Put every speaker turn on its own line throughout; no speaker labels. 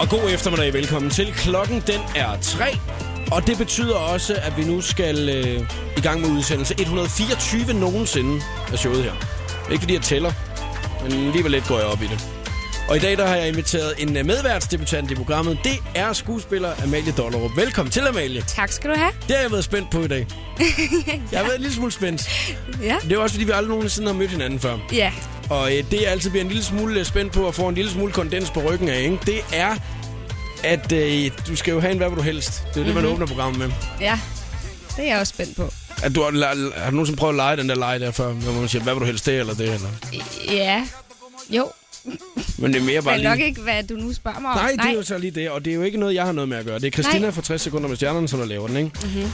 Og god eftermiddag. Velkommen til. Klokken den er 3. Og det betyder også, at vi nu skal øh, i gang med udsendelse 124 nogensinde af showet her. Ikke fordi jeg tæller, men alligevel lidt går jeg op i det. Og i dag der har jeg inviteret en øh, medværtsdebutant i programmet. Det er skuespiller Amalie Dollerup. Velkommen til, Amalie.
Tak skal du have.
Det har jeg været spændt på i dag. Jeg har været en lille smule spændt.
Ja.
Det er jo også, fordi vi aldrig nogensinde har mødt hinanden før.
Ja.
Og øh, det, jeg altid bliver en lille smule øh, spændt på at få en lille smule kondens på ryggen af, ikke? det er, at øh, du skal jo have en hvad vil du helst. Det er jo det, man åbner programmet med.
Ja. Det er jeg også spændt på.
At du har, la- har du nogensinde prøvet at lege den der lege der før, hvor man siger, hvad vil du helst, det eller det? Eller?
Ja. Jo.
Men det er mere bare
Men nok
lige...
ikke, hvad du nu spørger mig om.
Nej, det er jo så lige det, og det er jo ikke noget, jeg har noget med at gøre. Det er Christina
Nej.
fra 60 sekunder med stjernerne, som der laver den, ikke? Mm-hmm.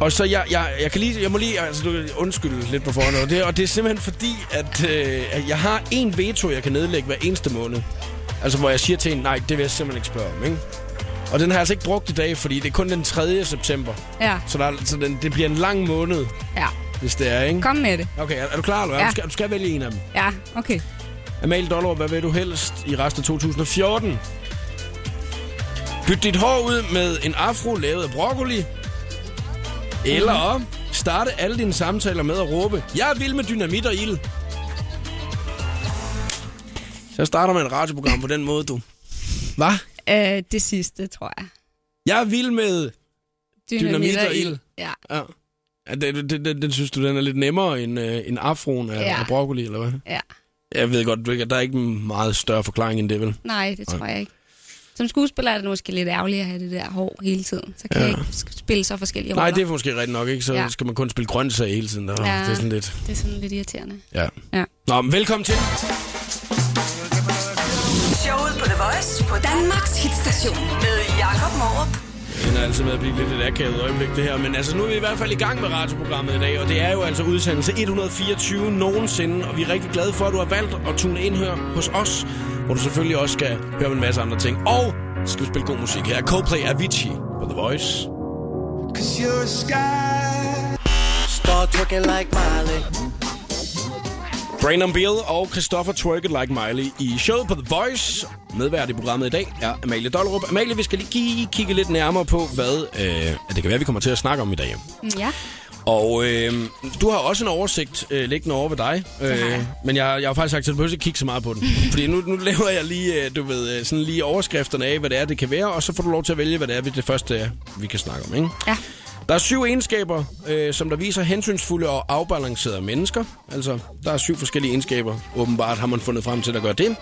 Og så, jeg, jeg, jeg, kan lige, jeg må lige altså, du- undskylde lidt på forhånd, og det, og det er simpelthen fordi, at, øh, at jeg har en veto, jeg kan nedlægge hver eneste måned. Altså, hvor jeg siger til en, nej, det vil jeg simpelthen ikke spørge om, ikke? Og den har jeg altså ikke brugt i dag, fordi det er kun den 3. september.
Ja.
Så, der, er- så den, det bliver en lang måned,
ja.
hvis det er, ikke?
Kom med det.
Okay, er, er du klar, eller hvad?
Ja.
Du, skal, du skal vælge en af dem.
Ja, okay.
Amalie Dollerup, hvad vil du helst i resten af 2014? Byt dit hår ud med en afro lavet af broccoli. Eller starte alle dine samtaler med at råbe, jeg er vild med dynamit og ild. Så starter man et radioprogram på den måde, du. Hvad?
Øh, det sidste, tror jeg.
Jeg er vild med... Dynamit og ild.
Ja.
Ja. Ja, den, den, den, den synes du, den er lidt nemmere end, øh, end afroen af, ja.
Ja.
af broccoli, eller hvad?
Ja.
Jeg ved godt, du ikke- der er ikke en meget større forklaring end det, vel?
Nej, det tror jeg ikke. Som skuespiller er det måske lidt ærgerligt at have det der hår hele tiden. Så kan
Ja.
ja. jeg ikke sk- spille så forskellige
Nej,
roller.
det er måske rigtigt nok, ikke? Så ja.
Ja.
skal man kun spille grøntsager hele tiden. Der. Ja.
Ja.
Det er sådan lidt...
det er sådan lidt irriterende.
Ja.
Ja.
Nå, men velkommen til.
Showet på The Voice på Danmarks hitstation med Jakob Morup.
Den er altid med at blive lidt et akavet øjeblik, det her. Men altså, nu er vi i hvert fald i gang med radioprogrammet i dag, og det er jo altså udsendelse 124 nogensinde, og vi er rigtig glade for, at du har valgt at tune ind her hos os, hvor du selvfølgelig også skal høre om en masse andre ting. Og skal vi spille god musik her. er Coldplay Avicii på The Voice.
Cause you're a sky.
Start twerking like Miley.
Brandon Beal og Christopher Twerk It Like Miley i showet på The Voice. Medvært i programmet i dag er Amalie Dollerup. Amalie, vi skal lige gi- kigge lidt nærmere på, hvad øh, det kan være, vi kommer til at snakke om i dag.
Mm, Ja.
Og øh, du har også en oversigt øh, liggende over ved dig.
har
Øh,
jeg.
men jeg, jeg har faktisk sagt, at du behøver ikke kigge så meget på den. Fordi nu, nu laver jeg lige, øh, du ved, øh, sådan lige overskrifterne af, hvad det er, det kan være. Og så får du lov til at vælge, hvad det er, vi- det første er, vi kan snakke om. Ikke?
Ja.
Der er syv egenskaber, øh, som der viser hensynsfulde og afbalancerede mennesker. Altså, der er syv forskellige egenskaber. Åbenbart har man fundet frem til at gøre det.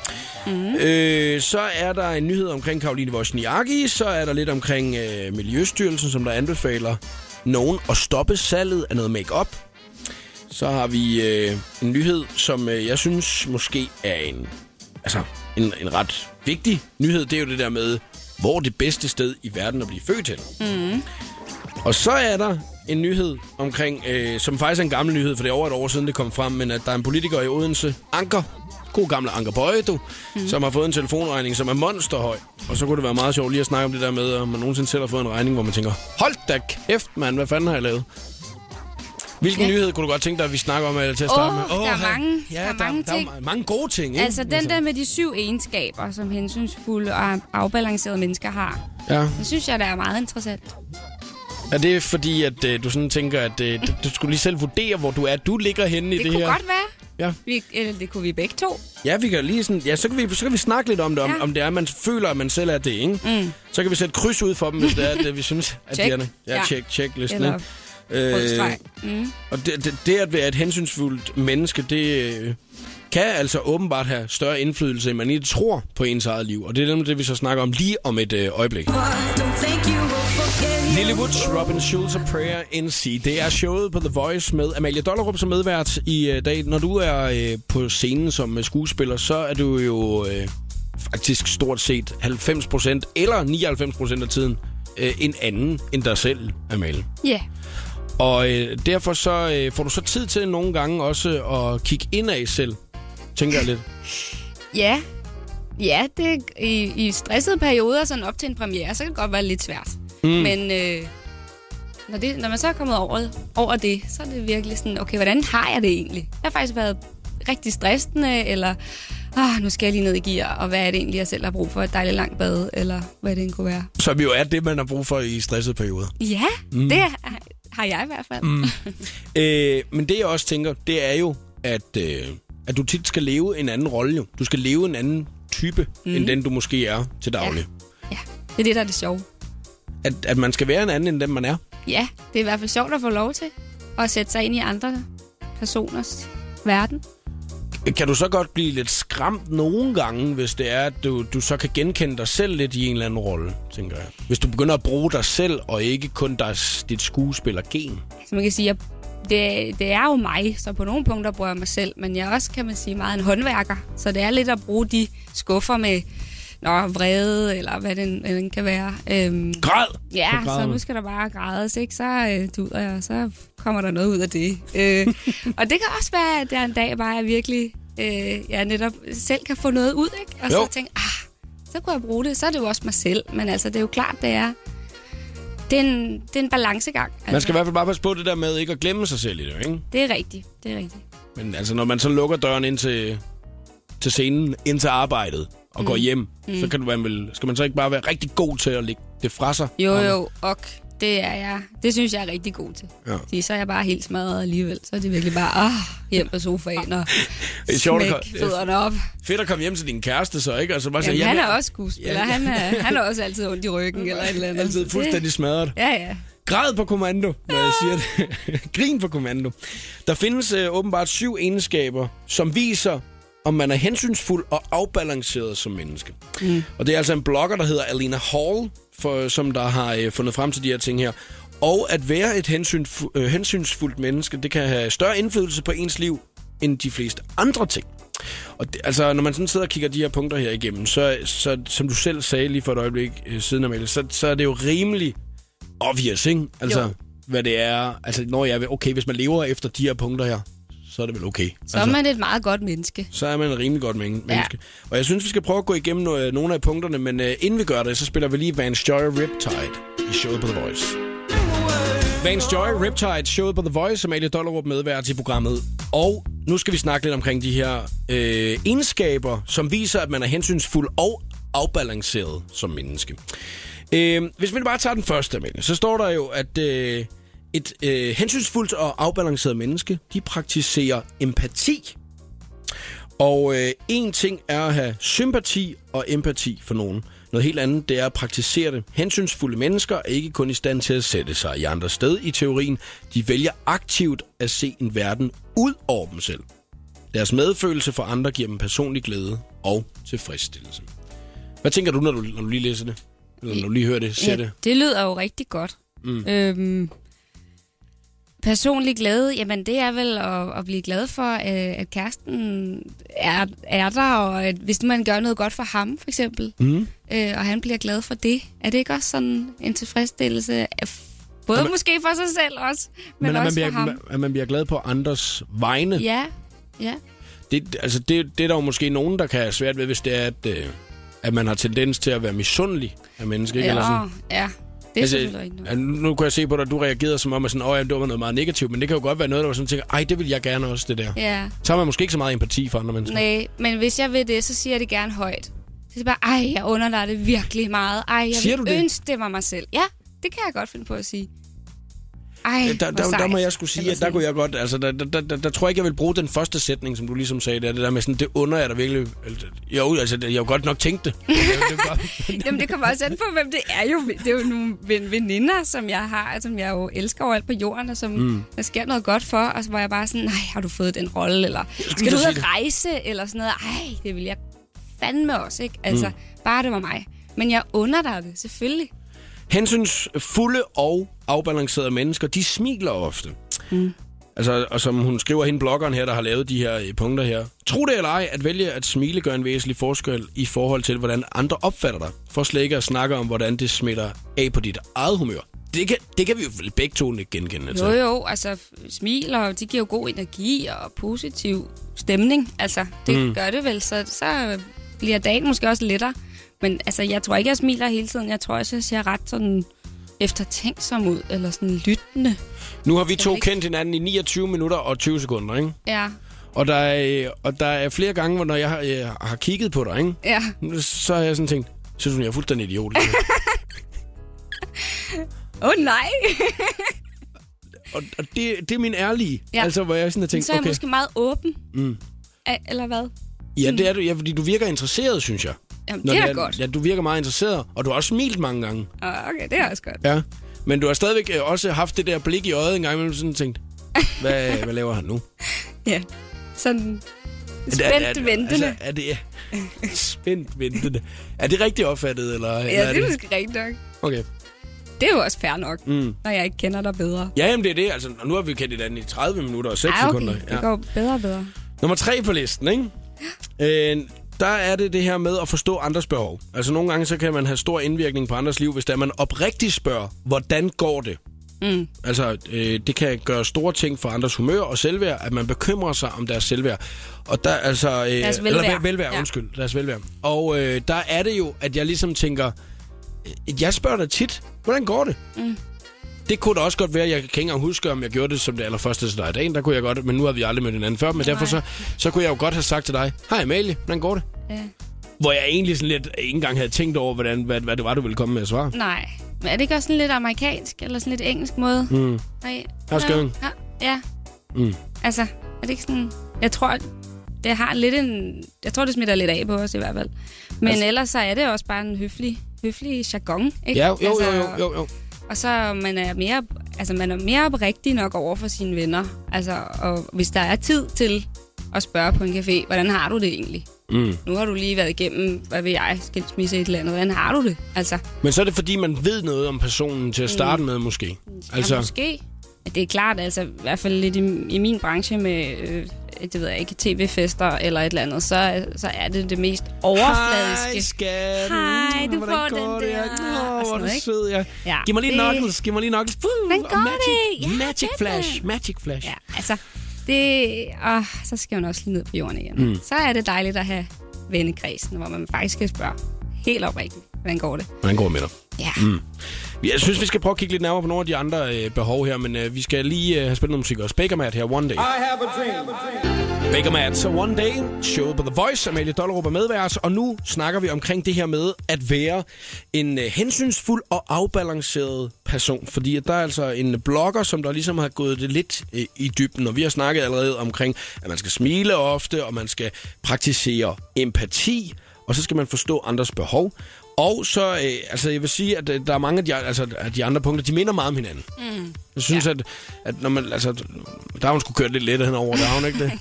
Mm. Øh, så er der en nyhed omkring Karoline Wozniacki. Så er der lidt omkring øh, Miljøstyrelsen, som der anbefaler nogen at stoppe salget af noget makeup. Så har vi øh, en nyhed, som øh, jeg synes måske er en, altså, en, en ret vigtig nyhed. Det er jo det der med, hvor er det bedste sted i verden at blive født hen. Og så er der en nyhed omkring, øh, som faktisk er en gammel nyhed, for det er over et år siden, det kom frem, men at der er en politiker i Odense, Anker, god gamle Anker Bøje, du,
Mhm.
mm. som har fået en telefonregning, som er monsterhøj. Og så kunne det være meget sjovt lige at snakke om det der med, om man nogensinde selv har fået en regning, hvor man tænker, hold da kæft, mand, hvad fanden har jeg lavet? Hvilken
Ja.
nyhed kunne du godt tænke dig, at vi snakker om eller til at
Åh,
starte med?
der er
Åh,
mange.
ja,
Der er
der,
mange
der,
ting.
er ma- mange gode ting, ikke?
Altså, den der med de syv egenskaber, som hensynsfulde og afbalancerede mennesker har,
Ja.
det synes jeg, der er meget interessant.
Er det fordi, at øh, du sådan tænker, at øh, du- du skulle lige selv vurdere, hvor du er, du ligger henne i
Det,
det,
det kunne
her?
godt være.
Ja.
Vi, eller det kunne vi begge to.
Ja, vi kan lige sådan, ja, så kan vi, så kan vi snakke lidt om det, om, ja.
Ja.
om det er, at man føler, at man selv er det, ikke? Mm. Så kan vi sætte kryds ud for dem, hvis det er, at øh, vi synes, at
Check.
de er det. Ja,
Ja.
check, check listen,
Eller
ikke? Øh,
rødstreg. Mm.
og det, det, det, at være et hensynsfuldt menneske, det øh, kan altså åbenbart have større indflydelse, end man lige tror på ens eget liv. Og det er nemlig det, vi så snakker om lige om et øh, øjeblik. Lily Woods, Robin Schulz og Prayer NC. Det er showet på The Voice med Amalie Dollerup som medvært i øh, dag. Når du er øh, på scenen som øh, skuespiller, så er du jo øh, faktisk stort set 90% eller 99% af tiden øh, en anden end dig selv, Amalie.
Ja.
Og øh, derfor så øh, får du så tid til nogle gange også at kigge indad selv, tænker jeg lidt.
Ja. Ja, det, i, i stressede perioder, sådan op til en premiere, så kan det godt være lidt svært.
Hmm.
Mm. Men øh, når, det, når man så er kommet over, over det, så er det virkelig sådan, okay, hvordan har jeg det egentlig? Jeg har faktisk været rigtig stressende, eller ah, nu skal jeg lige ned i gear, og hvad er det egentlig, jeg selv har brug for? Et dejligt langt bad, eller hvad det end kunne være.
Som jo er det, man har brug for i stressede perioder.
Ja,
Hmm.
mm. det har- har jeg i hvert fald. Mm.
Øh, men det, jeg også tænker, det er jo, at, øh, at du tit skal leve en anden rolle. jo. Du skal leve en anden type, mm. end den, du måske er til daglig.
ja, det er det, der er det sjove.
At, at man skal være en anden, end den, man er.
Ja, det er i hvert fald sjovt at få lov til at sætte sig ind i andre personers verden.
Kan du så godt blive lidt skræmt nogle gange, hvis det er, at du, du så kan genkende dig selv lidt i en eller anden rolle, tænker jeg. Hvis du begynder at bruge dig selv, og ikke kun dig, dit skuespillergen.
Så man kan sige, at det, det er jo mig, så på nogle punkter bruger jeg mig selv, men jeg er også, kan man sige, meget en håndværker. Så det er lidt at bruge de skuffer med nå, vrede, eller hvad den, den kan være. Øhm,
Græd!
ja,
Så
så,
græder
nu
man.
skal der bare grædes, ikke? Så øh, duder jeg, og så kommer der noget ud af det. Øh, og det kan også være, at der en dag bare er virkelig, øh, jeg netop selv kan få noget ud, ikke? Og
Jo.
så tænke, ah, så kunne jeg bruge det. Så er det jo også mig selv, men altså, det er jo klart, det er... Det er en, det er en balancegang. Altså.
Man skal i hvert fald bare passe på det der med ikke at glemme sig selv i det, ikke?
Det er rigtigt, det er rigtigt.
Men altså, når man så lukker døren ind til, til scenen, ind til arbejdet, og mm. går hjem, mm. så kan du være vel, skal man så ikke bare være rigtig god til at lægge det fra sig?
Jo, jo, og det er jeg. Det synes jeg er rigtig god til.
Ja.
Fordi så er jeg bare helt smadret alligevel. Så er det virkelig bare, ah, hjem på sofaen og
Det er sjovt at
smæk
komme-
fødderne op.
Fedt at komme hjem til din kæreste så, ikke? Og så bare
Jamen,
sige,
han
"Jamen,
er også skuespiller.
Altså, Ja.
Han, er, han er også altid ondt i ryggen eller et eller andet. Så
altid
det-
fuldstændig smadret.
Ja, ja.
Græd på kommando, når jeg siger det. Grin på kommando. Der findes øh, åbenbart syv egenskaber, som viser, om man er hensynsfuld og afbalanceret som menneske. Mm. Og det er altså en blogger, der hedder Alina Hall, for, som der har øh, fundet frem til de her ting her. Og at være et hensynsfu- øh, hensynsfuldt menneske, det kan have større indflydelse på ens liv end de fleste andre ting. Og det, altså, når man sådan sidder og kigger de her punkter her igennem, så, så som du selv sagde lige for et øjeblik øh, siden, Amalie, så, så er det jo rimelig obvious, ikke? Altså, jo.
Jo.
hvad det er. Altså, når jeg vil, okay, hvis man lever efter de her punkter her, så er det vel okay.
Så er
altså,
man et meget godt menneske.
så er man en rimelig godt men- menneske. Ja. Og jeg synes, vi skal prøve at gå igennem no- øh, nogle af punkterne, men uh, inden vi gør det, så spiller vi lige Vans Joy Riptide i showet på The Voice. Vans Joy Riptide, showet på The Voice, som Alie Dollerup medvært i programmet. Og nu skal vi snakke lidt omkring de her øh, egenskaber, som viser, at man er hensynsfuld og afbalanceret som menneske. Øh, hvis vi bare tager den første, Amalie, så står der jo, at øh, et øh, hensynsfuldt og afbalanceret menneske, de praktiserer empati. Og øh, en ting er at have sympati og empati for nogen. Noget helt andet, det er at praktisere det. Hensynsfulde mennesker er ikke kun i stand til at sætte sig i andre sted i teorien. De vælger aktivt at se en verden ud over dem selv. Deres medfølelse for andre giver dem personlig glæde og tilfredsstillelse. Hvad tænker du, når du, når du lige læser det? Eller når du lige hører det, ser det?
det lyder jo rigtig godt. Mm. Øhm, personlig glæde, jamen det er vel at, at blive glad for, øh, at kæresten er, er der, og at hvis man gør noget godt for ham, for eksempel, mm. øh, og han bliver glad for det, er det ikke også sådan en tilfredsstillelse? af- Både
Jamen-
man, måske for sig selv også, men, men
at man,
også
bliver,
for ham. Man,
at man bliver glad på andres vegne.
ja, ja.
det, altså det, det er der jo måske nogen, der kan have svært ved, hvis det er, at, øh, at man har tendens til at være misundelig af mennesker. Ikke?
ja,
Eller sådan.
åh, ja. Det er altså, selvfølgelig ikke noget.
ja, nu kan jeg se på dig, at du reagerede som om, at sådan, oh, jamen, det var noget meget negativt, men det kan jo godt være noget, der var sådan, tænker, ej, det vil jeg gerne også, det der.
Ja.
Så har man måske ikke så meget empati for andre mennesker.
Nej, men hvis jeg vil det, så siger jeg det gerne højt. Så er det bare, ej, jeg under dig det virkelig meget. Ej, jeg
Siger
vil
du det?
ønske det var mig selv. Ja, det kan jeg godt finde på at sige. Ej,
Øh, Der,
hvor
der, der,
sejt.
må jeg skulle sige,
Eller
at der
sådan.
kunne jeg godt, altså der, der, der, der, der tror jeg ikke, jeg vil bruge den første sætning, som du ligesom sagde, der, det der med sådan, det under jeg da virkelig, Eller, jo, altså det- jeg har godt nok tænkt det. det, er jo godt.
Jamen, det kommer også an på, hvem det er jo. Det er jo nogle ven- veninder, som jeg har, som jeg jo elsker overalt på jorden, og som mm. der sker noget godt for, og så var jeg bare sådan, nej, har du fået den rolle, eller skal
lige
du
så
ud
sige
og rejse, eller sådan noget. Ej, det vil jeg fandme også, ikke? Altså, mm. bare det var mig. Men jeg under dig det, selvfølgelig.
Hensynsfulde og afbalancerede mennesker, de smiler ofte. Mm. Altså, og som hun skriver hende, bloggeren her, der har lavet de her øh, punkter her. Tro det eller ej, at vælge at smile gør en væsentlig forskel i forhold til, hvordan andre opfatter dig. For slet ikke at snakke om, hvordan det smitter af på dit eget humør. Det kan, det kan vi jo vel begge to ikke genkende. Altså.
Jo, jo, altså f- smil, og de giver jo god energi og positiv stemning. Altså, det mm. gør det vel, så, så bliver dagen måske også lettere. Men altså, jeg tror ikke, jeg smiler hele tiden. Jeg tror også, jeg ser ret sådan eftertænksom ud, eller sådan lyttende.
Nu har vi to
ikke-
kendt hinanden i 29 minutter og 20 sekunder, ikke?
Ja,
Og der er, øh, og der er flere gange, hvor når jeg har, øh, har kigget på dig, ikke?
Ja.
så har jeg sådan tænkt, synes hun, jeg er fuldstændig idiot.
Åh oh, nej.
og og det, det er min ærlige.
Ja.
Ja. Altså, hvor jeg sådan har tænkt,
Så er jeg
okay,
okay. måske meget åben. Mm. Eller hvad?
ja, det er du, ja, fordi du virker interesseret, synes jeg.
Jamen,
Når
det er da godt.
Ja, du virker meget interesseret, og du har også smilt mange gange.
Åh, Okay, det er også godt.
Ja. Men du har stadigvæk øh, også haft det der blik i øjet en gang imellem, sådan tænkt, hvad, hvad laver han nu?
Ja. Sådan
Er- er- er-
spændt ventende.
Altså, er det... Spændt ventende. Er det rigtigt opfattet, eller, eller
Ja, det er måske rigtigt nok.
Okay.
Det er jo også fair nok, mm. når jeg ikke kender dig bedre.
Ja, jamen det er det. Altså, nu har vi kendt hinanden i 30 minutter og 6
Ej, okay.
sekunder.
Det går bedre og bedre.
Nummer tre på listen, ikke? Øh, der er det det her med at forstå andres behov. Altså nogle gange, så kan man have stor indvirkning på andres liv, hvis der man oprigtigt spørger, hvordan går det? Mm. Altså, øh, det kan gøre store ting for andres humør og selvværd, at man bekymrer sig om deres selvværd. Og der, altså, øh,
Deres
Eller,
velvære.
væl- velvære,
Ja.
ja. undskyld. Deres velvære. Og øh, der er det jo, at jeg ligesom tænker, øh, jeg spørger dig tit, hvordan går det?
Mm.
Det kunne da også godt være, jeg kan ikke engang huske, om jeg gjorde det som det allerførste til dig i dagen. Der kunne jeg godt, men nu har vi aldrig mødt hinanden før, men Nej. derfor så, så kunne jeg jo godt have sagt til dig, hej Amalie, hvordan går det?
Ja.
Hvor jeg egentlig sådan lidt ikke engang havde tænkt over, hvordan, hvad, hvad det var, du ville komme med at svare.
Nej. Men er det ikke også sådan lidt amerikansk, eller sådan lidt engelsk måde? Mm. Nej.
How's
Ja.
going?
Ja. Ja. Mm. Altså, er det ikke sådan... Jeg tror, det har lidt en... Jeg tror, det smitter lidt af på os i hvert fald. Men altså, ellers så er det også bare en høflig, høflig jargon, ikke?
Ja, jo, jo,
altså,
jo, jo, jo.
Og så man er mere, altså, man er mere oprigtig nok over for sine venner. Altså, og hvis der er tid til at spørge på en café, hvordan har du det egentlig?
Mm.
Nu har du lige været igennem, hvad ved jeg, skilsmisse i et eller andet. Hvordan har du det? Altså,
Men så er det, fordi man ved noget om personen til at starte med, måske.
Altså... Ja,
Altså,
Mm. måske. Men Det er klart, altså i hvert fald lidt i, i min branche med, øh, det ved jeg ikke, tv-fester eller et eller andet, så, så er det det mest overfladiske.
Hej, skat.
Hej, du
hvordan
får den
går det?
der.
Ja,
Og
Åh,
sådan
hvor er
noget,
du
ikke?
sød, ja.
Ja,
Giv mig lige
det-
knuckles, giv mig lige knuckles. Puh,
Hvordan
og
går
magic,
det? Ja,
magic
fedt,
flash, magic flash.
Ja, altså, det, åh, så skal man også lige ned på jorden igen. Mm. Så er det dejligt at have vennekredsen, hvor man faktisk skal spørge helt oprigtigt, hvordan går det?
Hvordan går det med dig?
Ja, mm.
Jeg synes, vi skal prøve at kigge lidt nærmere på nogle af de andre øh, behov her, men øh, vi skal lige øh, have spillet noget musik også. Baker Matt her, One Day.
I have a dream.
Baker Matt, så One Day, showet på The Voice, Amalie Dollerup er medvært, og nu snakker vi omkring det her med at være en øh, hensynsfuld og afbalanceret person, fordi at der er altså en blogger, som der ligesom har gået det lidt øh, i dybden, og vi har snakket allerede omkring, at man skal smile ofte, og man skal praktisere empati, og så skal man forstå andres behov, og så, øh, altså jeg vil sige, at øh, der er mange af de, altså, at de andre punkter, de minder meget om hinanden. Mm. Jeg synes, ja. at, at når man, altså, der har hun sgu kørt lidt lettere henover, der har hun ikke det?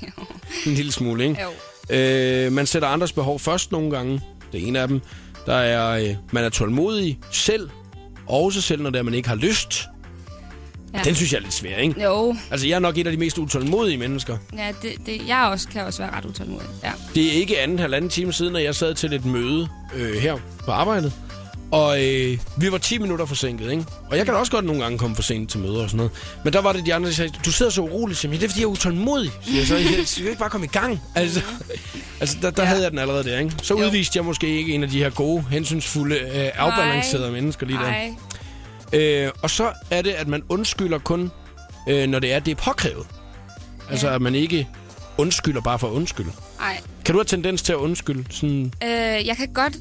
En lille smule, ikke?
Jo.
Øh, man sætter andres behov først nogle gange. Det er en af dem. Der er, øh, man er tålmodig selv. Også selv, når det er, man ikke har lyst.
Ja.
Ja. Den synes jeg er lidt svær, ikke?
jo,
Altså, jeg er nok et af de mest utålmodige mennesker.
ja, det, det, jeg også, kan også være ret utålmodig. Ja.
Det er ikke anden halvanden time siden, at jeg sad til et møde øh, her på arbejdet. Og øh, vi var 10 minutter forsinket, ikke? Og jeg kan da også godt nogle gange komme for sent til møder og sådan noget. Men der var det de andre, der sagde, du sidder så urolig, simpelthen. Det er, fordi jeg er utålmodig. siger Jeg så jeg skal jo ikke bare komme i gang. Altså, altså der, der ja. havde jeg den allerede der, ikke? Så
Jo.
udviste jeg måske ikke en af de her gode, hensynsfulde, øh, afbalancerede mennesker lige der.
Ej,
Øh, og så er det, at man undskylder kun, øh, når det er, det er påkrævet. Altså, at man ikke undskylder bare for at undskylde.
ej.
Kan du have tendens til at undskylde? Sådan,
Øh, jeg kan godt...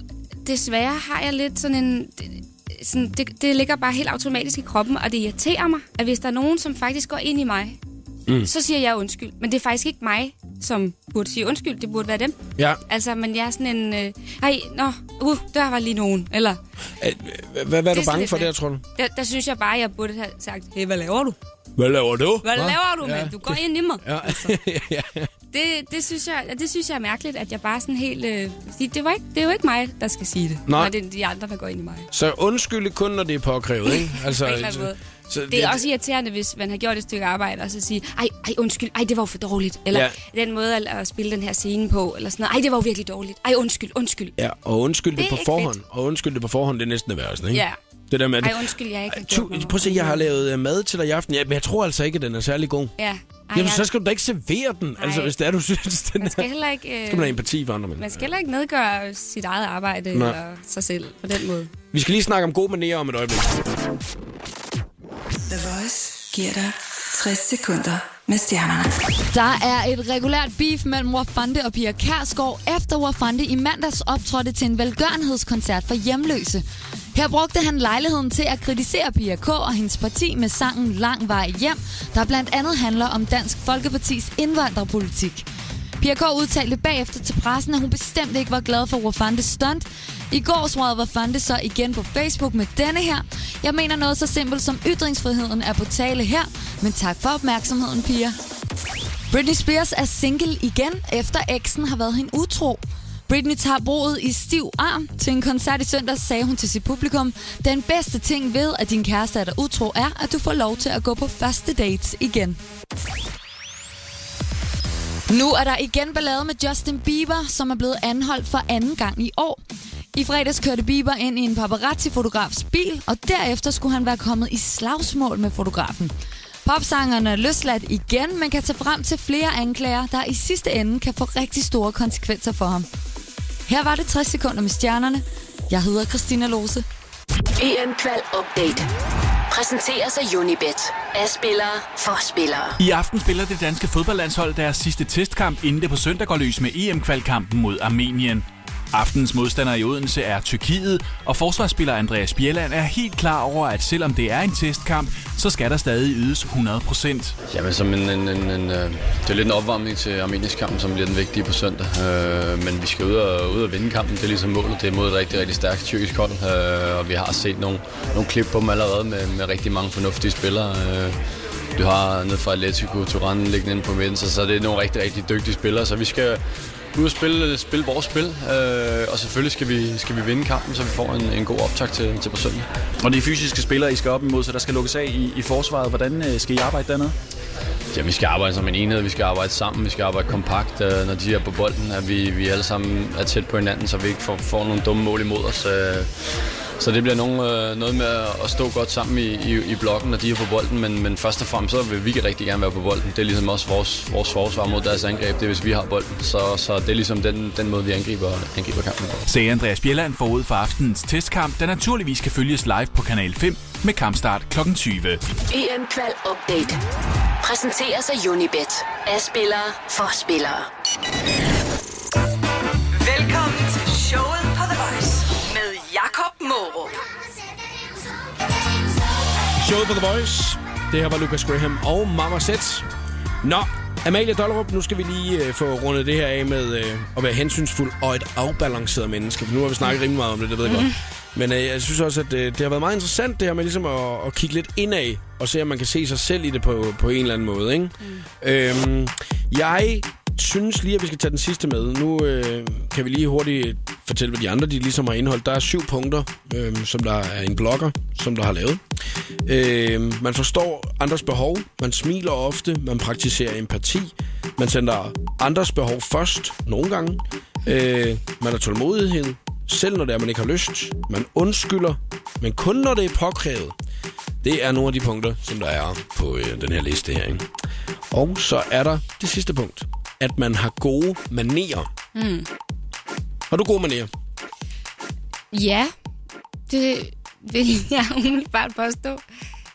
Desværre har jeg lidt sådan en... det- Sådan, det, det ligger bare helt automatisk i kroppen, og det irriterer mig, at hvis der er nogen, som faktisk går ind i mig, mm. så siger jeg undskyld. Men det er faktisk ikke mig, som burde sige undskyld. Det burde være dem.
ja.
Altså, men jeg er sådan en... Øh, Ej, nå, uh, der var lige nogen. Eller,
Hvad, hvad er
Det
du
er
bange
lidt
for
det.
der, tror du?
der, der synes jeg bare, jeg burde have sagt, hey, hvad laver du?
Hvad laver du?
Hvad laver du,
ja.
mand? Du Altså. går ind i mig.
Ja. ja.
Det, det, synes jeg, det synes jeg er mærkeligt, at jeg bare sådan helt... Øh, fordi det, var ikke, det er jo ikke mig, der skal sige det.
Nej.
Og det er de andre, der går ind i mig.
Så undskyld kun, når det er påkrævet, ikke? Altså,
På en eller anden måde.
så
Det er også irriterende, hvis man har gjort et stykke arbejde, og så sige, ej, ej undskyld, ej, det var jo for dårligt. Eller ja.
Ja.
den måde at, at spille den her scene på, eller sådan noget. Ej, det var jo virkelig dårligt. Ej, undskyld, undskyld.
Ja, og undskyld det,
Det er
på
ikke
forhånd. Og undskyld det på forhånd, det er næsten det værste, ikke?
Ja.
Det der med, at-
Ej, undskyld, jeg ikke har
Tu-
gjort noget.
Prøv at se, jeg har lavet øh, mad til dig i aften. Ja, men jeg tror altså ikke, at den er særlig god.
Ja. Ej,
Jamen,
jeg,
så skal du da ikke servere den, altså,
Ej.
hvis det er, du synes, den
man
er...
skal heller ikke... Øh,
Skal man have empati for andre mennesker.
man skal heller ikke nedgøre sit eget arbejde
Nej.
Nej. eller sig selv på den måde.
Vi skal lige snakke om gode manerer om et øjeblik.
The Voice giver dig 60 sekunder med stjernerne.
Der er et regulært beef mellem Wafande og Pia Kærsgaard, efter Wafande i mandags optrådte til en velgørenhedskoncert for hjemløse. Her brugte han lejligheden til at kritisere Pia K. og hendes parti med sangen Lang Vej Hjem, der blandt andet handler om Dansk Folkepartis indvandrerpolitik. Pia K. udtalte bagefter til pressen, at hun bestemt ikke var glad for Wafandes stunt. I går svarede Wafande så igen på Facebook med denne her. Jeg mener noget så simpelt som ytringsfriheden er på tale her, men tak for opmærksomheden, Pia. Britney Spears er single igen, efter eksen har været hende utro. Britney tager broet i stiv arm. Til en koncert i søndag sagde hun til sit publikum, den bedste ting ved, at din kæreste er der utro, er, at du får lov til at gå på første dates igen. Nu er der igen ballade med Justin Bieber, som er blevet anholdt for anden gang i år. I fredags kørte Bieber ind i en paparazzi-fotografs bil, og derefter skulle han være kommet i slagsmål med fotografen. Popsangerne er løsladt igen, men kan tage frem til flere anklager, der i sidste ende kan få rigtig store konsekvenser for ham. Her var det 60 sekunder med stjernerne. Jeg hedder Christina Lose.
EM Kval Update. Præsenteres af Unibet. Af spillere for spillere.
I aften spiller det danske fodboldlandshold deres sidste testkamp, inden det på søndag går løs med EM-kvalkampen mod Armenien. Aftens modstander i Odense er Tyrkiet, og forsvarsspiller Andreas Bjelland er helt klar over, at selvom det er en testkamp, så skal der stadig ydes 100%.
Jamen, som en, en, en, en, øh, det er lidt en opvarmning til Armeniens kamp, som bliver den vigtige på søndag. Øh, men vi skal ud og, ud og vinde kampen, det er ligesom målet. Det er mod et rigtig, rigtig stærkt tyrkisk hold, øh, og vi har set nogle, nogle klip på dem allerede med, med rigtig mange fornuftige spillere. Øh, du har ned fra Atletico, Turan liggende inde på midten, så, så det er nogle rigtig, rigtig dygtige spillere. Så vi skal ud og spille, spille vores spil, øh, og selvfølgelig skal vi, skal vi vinde kampen, så vi får en, en god optag til, til på søndag.
Og det er fysiske spillere, I skal op imod, så der skal lukkes af i, i forsvaret. Hvordan øh, skal I arbejde dernede?
Ja, vi skal arbejde som en enhed, vi skal arbejde sammen, vi skal arbejde kompakt, øh, når de er på bolden, at vi, vi alle sammen er tæt på hinanden, så vi ikke får, får nogle dumme mål imod os. Øh. Så det bliver nogen, øh, noget med at stå godt sammen i, i, i blokken, når de er på bolden, men, men først og fremmest så vil vi rigtig gerne være på bolden. Det er ligesom også vores, vores forsvar mod deres angreb, det er hvis vi har bolden. Så, så det er ligesom den, den måde, vi angriber, angriber kampen på.
Sagde Andreas Bjelland forud for aftenens testkamp, der naturligvis kan følges live på Kanal 5 med kampstart kl. 20.
EM Kval Update. Præsenteres af Unibet. Af spillere for spillere.
Velkommen til showet på The Voice med Jakob Morup.
Showet på The Voice. Det her var Lucas Graham og Mama Sets. Nå, Amalie Dollerup, nu skal vi lige øh, få rundet det her af med øh, at være hensynsfuld og et afbalanceret menneske. For nu har vi snakket rimelig meget om det, det ved jeg mm. godt. Men øh, jeg synes også, at øh, det har været meget interessant det her med ligesom at, at kigge lidt indad og se, om man kan se sig selv i det på, på en eller anden måde. Ikke? Mm. Øhm, jeg synes lige, at vi skal tage den sidste med. Nu øh, kan vi lige hurtigt fortælle, hvad de andre de ligesom har indholdt. Der er syv punkter, øh, som der er en blogger, som der har lavet. Øh, man forstår andres behov, man smiler ofte, man praktiserer empati, man sender andres behov først nogle gange, øh, man har tålmodighed, selv når det er, man ikke har lyst, man undskylder, men kun når det er påkrævet. Det er nogle af de punkter, som der er på øh, den her liste her. Ikke? Og så er der det sidste punkt, at man har gode manerer. Mm. Har du gode manerer?
Ja, det vil jeg umiddelbart påstå.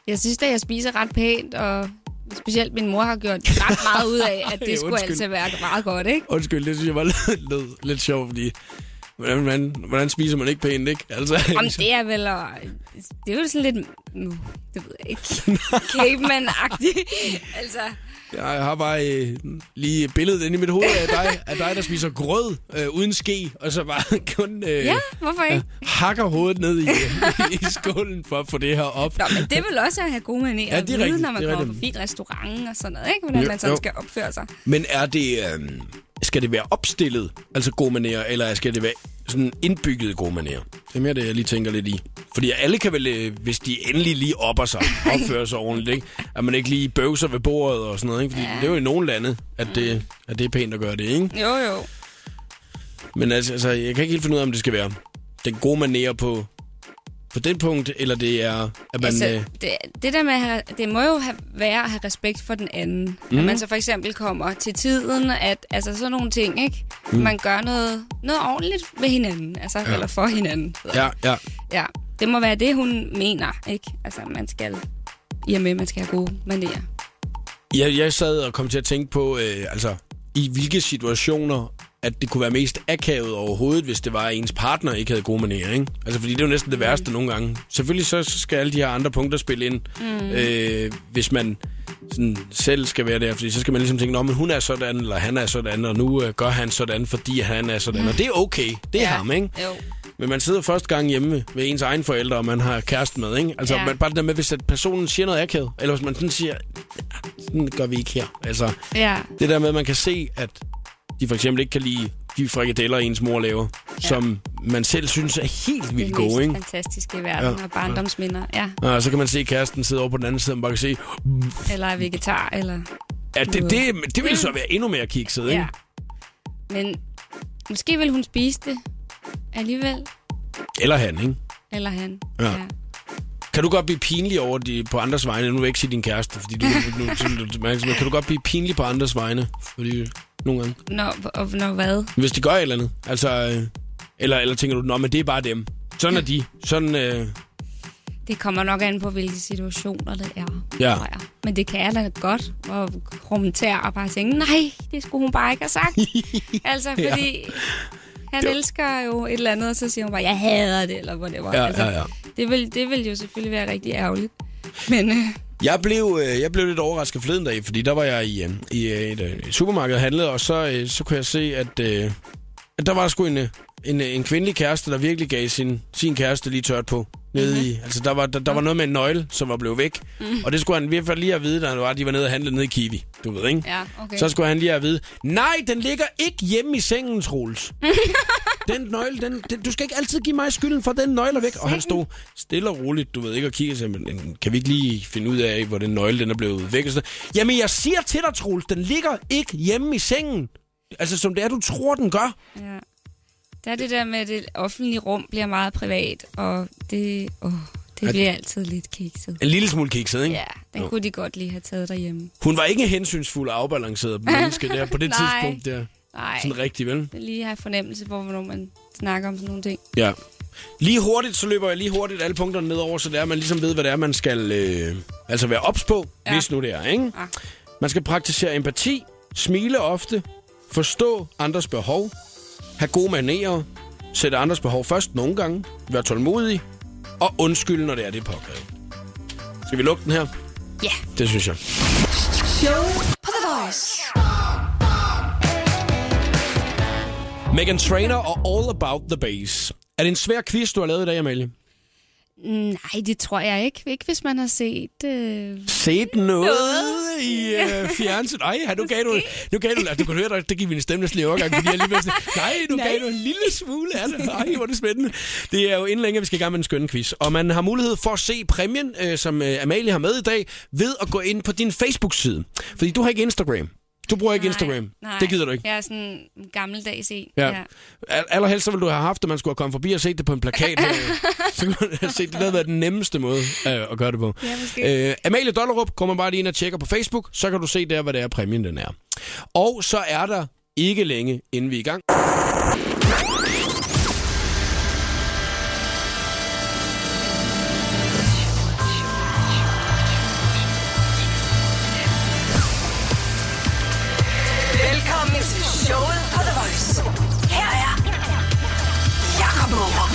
Jeg synes da, jeg spiser ret pænt, og specielt min mor har gjort ret meget ud af, at
Ej,
det skulle
undskyld.
altid være meget godt, ikke?
Undskyld, det synes jeg var lidt, lidt, lidt sjovt, fordi... Hvordan, hvordan, hvordan spiser man ikke pænt, ikke? Altså,
Om det er vel, og, det er jo sådan lidt, nu, det ved jeg ikke, caveman-agtigt. altså,
Jeg har bare øh, lige billedet inde i mit hoved af dig, af dig der spiser grød øh, uden ske, og så bare kun øh,
ja, hvorfor ikke?
hakker hovedet ned i, i skålen for at få det her op.
Nå, men det er vel også at have gode manerer
Ja,
ja,
det er
at vide,
rigtigt,
når man
det er
kommer på
rigtigt.
fint restaurant og sådan noget, ikke? Hvordan
Jo,
man sådan
jo.
skal opføre sig.
Men er det, øh, skal det være opstillet, altså gode manerer, eller skal det være sådan indbygget gode manerer? Det er mere det, jeg lige tænker lidt i. Fordi alle kan vel, øh, hvis de endelig lige opper sig, opfører sig ordentligt, ikke? at man ikke lige bøvser ved bordet og sådan noget. Ikke? Fordi ja. det er jo i nogle lande, at det, at det er pænt at gøre det, ikke?
Jo, jo.
Men altså, altså, jeg kan ikke helt finde ud af, om det skal være den gode manér på, på den punkt, eller det er, at man...
altså,
øh,
det, det der med, at have, det må jo have, være at have respekt for den anden. Mm. At man så for eksempel kommer til tiden, at altså sådan nogle ting, ikke? Mm. Man gør noget, noget ordentligt ved hinanden, altså, ja. eller for hinanden.
ja, ja.
ja. Det må være det, hun mener, ikke? Altså, man skal, i og med, at man skal have gode manerer.
Jeg, jeg sad og kom til at tænke på, øh, altså, i hvilke situationer, at det kunne være mest akavet overhovedet, hvis det var, at ens partner ikke havde gode manerer, ikke? Altså, fordi det er jo næsten det værste mm. nogle gange. Selvfølgelig så så skal alle de her andre punkter spille ind, mm. øh, hvis man sådan selv skal være der, fordi så skal man ligesom tænke, Nå, men hun er sådan, eller han er sådan, og nu øh, gør han sådan, fordi han er sådan, mm. og det er okay. Det er ja. ham, ikke?
Jo.
Men man sidder første gang hjemme ved ens egen forældre, og man har kæresten med, ikke? Altså,
Ja.
ja. man, bare det der med, hvis at personen siger noget akavet, eller hvis man sådan siger, sådan gør vi ikke her. Altså,
Ja.
det der med, at man kan se, at de for eksempel ikke kan lide de frikadeller, ens mor laver, ja. som man selv synes er helt vildt
det mest
gode, ikke?
fantastiske i verden,
Ja.
ja. og barndomsminder. Ja.
Og så kan man se kæresten sidde over på den anden side, og man bare kan se,
Eller er vegetar, eller...
at det, det, det ville så være endnu mere kikset, ikke?
Ja. Men måske vil hun spise det alligevel,
Eller han, ikke?
eller han.
Ja. Kan du godt blive pinlig over de, på andres vegne? Nu vil jeg ikke sige din kæreste, fordi du, nu, nu, du mærker, men kan du godt blive pinlig på andres vegne? Fordi nogle gange.
Når, og, når hvad?
Hvis de gør et eller andet. Altså, øh, eller, eller tænker du, nå, men det er bare dem. Sådan er de. Sådan, øh,
Det kommer nok an på, hvilke situationer det er.
Ja.
tror jeg. Men det kan jeg da godt at kommentere og bare tænke, nej, det skulle hun bare ikke have sagt. altså, fordi ja. han
Det-
elsker jo et eller andet, og så siger hun bare, jeg hader det, eller whatever.
Ja,
altså,
ja, ja.
Det, vil, det vil jo selvfølgelig være rigtig ærgerligt. Men øh,
Jeg blev, øh, jeg blev lidt overrasket forleden dag, fordi der var jeg i, øh, i øh, et, øh, et supermarked og handlede, og så, øh, så kunne jeg se, at, øh, at der var sgu en, øh, en, øh, en kvindelig kæreste, der virkelig gav sin, sin kæreste lige tørt på. Nede
Mhm.
mm-hmm. i, altså der var, der, der var noget med en nøgle, som var blevet væk, mm. og det skulle han i hvert fald lige have at vide, da han var, de var nede og handlede nede i Kiwi, du ved, ikke?
ja, okay.
Så skulle han lige have at vide, nej, den ligger ikke hjemme i sengen, Troels. den nøgle, den, den, du skal ikke altid give mig skylden for, den nøgle er væk. Og han stod stille og roligt, du ved ikke, og kiggede sig, men men kan vi ikke lige finde ud af, hvor den nøgle den er blevet væk? Og sådan noget. Jamen, jeg siger til dig, Troels, den ligger ikke hjemme i sengen. Altså, som det er, du tror, den gør.
Ja. Der er det der med, at det offentlige rum bliver meget privat, og det, åh, det
At-
bliver altid lidt kikset.
En lille smule kikset, ikke?
Ja, den kunne de godt lige have taget derhjemme.
Hun var ikke en hensynsfuld og afbalanceret menneske der på det
Nej.
tidspunkt der.
Nej,
Sådan rigtig, vel?
lige have fornemmelse for, hvornår man snakker om sådan nogle ting.
Ja. Lige hurtigt, så løber jeg lige hurtigt alle punkterne nedover, så det er, at man ligesom ved, hvad det er, man skal øh, altså være ops på, ja.
Ja.
hvis nu det er, ikke?
Ja.
Man skal praktisere empati, smile ofte, forstå andres behov, have gode manerer, sætte andres behov først nogle gange, være tålmodig og undskylde, når det er det er påkrævet. Skal vi lukke den her?
Ja.
Det synes jeg.
Show på The Voice.
Megan Trainer og All About The Bass. Er det en svær quiz, du har lavet i dag, Amalie?
Nej, det tror jeg ikke. Ikke hvis man har set... Øh...
set noget i øh, fjernsynet. Ej, her, nu gav du, nu gav du, altså, du kunne høre, der, det gik min stemme næsten i overgang, fordi jeg lige var sådan, nej, nu nej. gav du en lille smule af det. Ej, hvor er det spændende. Det er jo inden længe, vi skal i gang med en skøn quiz. Og man har mulighed for at se præmien, øh, som øh, Amalie har med i dag, ved at gå ind på din Facebook-side. Fordi du har ikke Instagram. Du bruger ikke Instagram.
Nej,
Det gider du ikke.
Jeg er sådan en gammeldags en.
Ja. ja. Al- Allerhelst så ville du have haft, at man skulle have kommet forbi og set det på en plakat. øh. så kunne man have set, det havde været den nemmeste måde øh, at gøre det på.
Ja, måske.
Øh, Amalie Dollerup kommer bare lige ind og tjekker på Facebook, så kan du se der, hvad det er, præmien den er. Og så er der ikke længe, inden vi er i gang.
Velkommen til showet på The Voice. Her er Jakob Morup.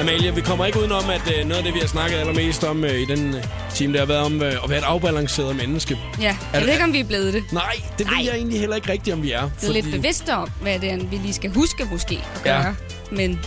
Amalie, vi kommer ikke udenom, at øh, noget af det, vi har snakket allermest om øh, i den øh, time, det har været om øh, at være et afbalanceret menneske.
ja. Jeg
det-
ved ikke, om vi er blevet det.
Nej, det ved
Nej.
jeg egentlig heller ikke rigtigt, om vi er.
Vi er lidt bevidste om, hvad det er, vi lige skal huske måske at
Ja.
gøre. Men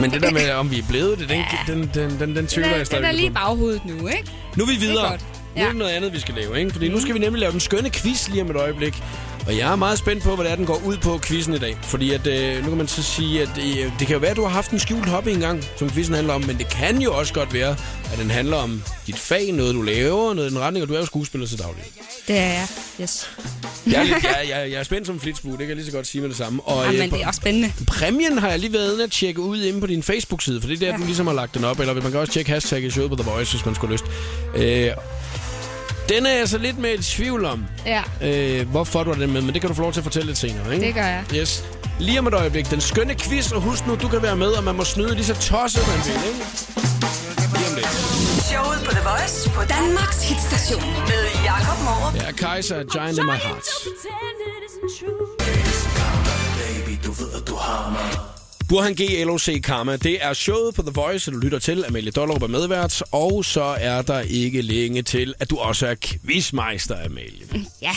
Men det der med, om vi er blevet det, den, den, den, den, den
den
tvivler
er,
jeg
den
stadig
er
lidt
lige i
på.
baghovedet nu, ikke?
Nu er vi videre.
godt.
Nu er
Ja. Mm.
det noget andet, vi skal lave, ikke? Fordi nu skal vi nemlig lave den skønne quiz lige om et øjeblik. Og jeg er meget spændt på, hvad det er, den går ud på quizzen i dag. Fordi at, øh, nu kan man så sige, at øh, det kan jo være, at du har haft en skjult hobby engang, som quizzen handler om. Men det kan jo også godt være, at den handler om dit fag, noget du laver, noget i den retning, og du er jo skuespiller til daglig.
Det er jeg. Yes.
Jeg er, lidt, jeg, jeg, jeg er spændt som en flitsbue, det kan jeg lige så godt sige med det samme. Og, øh,
Jamen, det er også spændende.
Præmien har jeg lige været inde at tjekke ud inde på din Facebook-side, for det er der, ja. du ligesom har lagt den op. Eller man kan også tjekke hashtagget showet på The Voice, hvis man skulle have lyst. Øh, den er jeg så lidt med i tvivl om,
Ja,
øh, hvorfor du har den med, men det kan du få lov til at fortælle lidt senere, ikke?
det gør jeg.
Yes. Lige om et øjeblik, den skønne quiz, og husk nu, du kan være med, og man må snyde lige så tosset, man vil, ikke? Lige om lidt.
Showet på The Voice på Danmarks hitstation med Jakob Morup.
Ja, Kaiser, Giant in my heart. Burhan G, LOC, Karma. Det er showet på The Voice, du lytter til. Amelie Dollerup er medvært. Og så er der ikke længe til, at du også er quizmeister, Amelie.
Ja,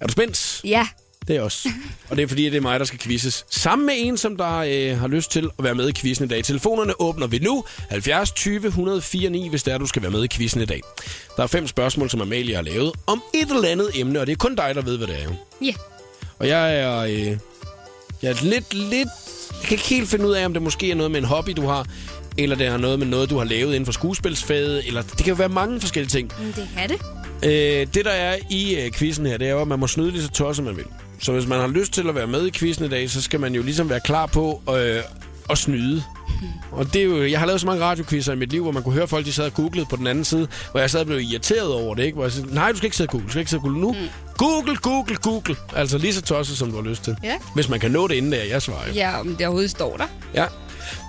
Er du spændt?
ja.
Det er os. Og det er fordi, det er mig, der skal quizzes. Sammen med en, som der øh, har lyst til at være med i quizzen i dag. Telefonerne åbner vi nu. 70 20 104 9, hvis der du skal være med i quizzen i dag. Der er fem spørgsmål, som Amalie har lavet om et eller andet emne, og det er kun dig, der ved, hvad det er. jo.
Ja.
Og jeg er, øh, jeg er lidt, lidt... Jeg kan ikke helt finde ud af, om det måske er noget med en hobby, du har, eller det er noget med noget, du har lavet inden for skuespilsfaget, eller det kan jo være mange forskellige ting.
Men Det er det.
Øh, det, der er i øh, quizzen her, det er jo, at man må snyde lige så tosset, man vil. Så hvis man har lyst til at være med i quizzen i dag, så skal man jo ligesom være klar på øh, at snyde. Og det er jo, jeg har lavet så mange radioquizzer i mit liv, hvor man kunne høre folk, de sad og googlede på den anden side, hvor jeg sad og blev irriteret over det, ikke? Hvor jeg sagde, nej, du skal ikke sidde og google, du skal ikke sidde og google nu. Mm. Google, google, google. Altså lige så tosset, som du har lyst til.
Ja.
Hvis man kan nå det inden der, jeg svarer jo.
Ja, om det overhovedet står der.
Ja.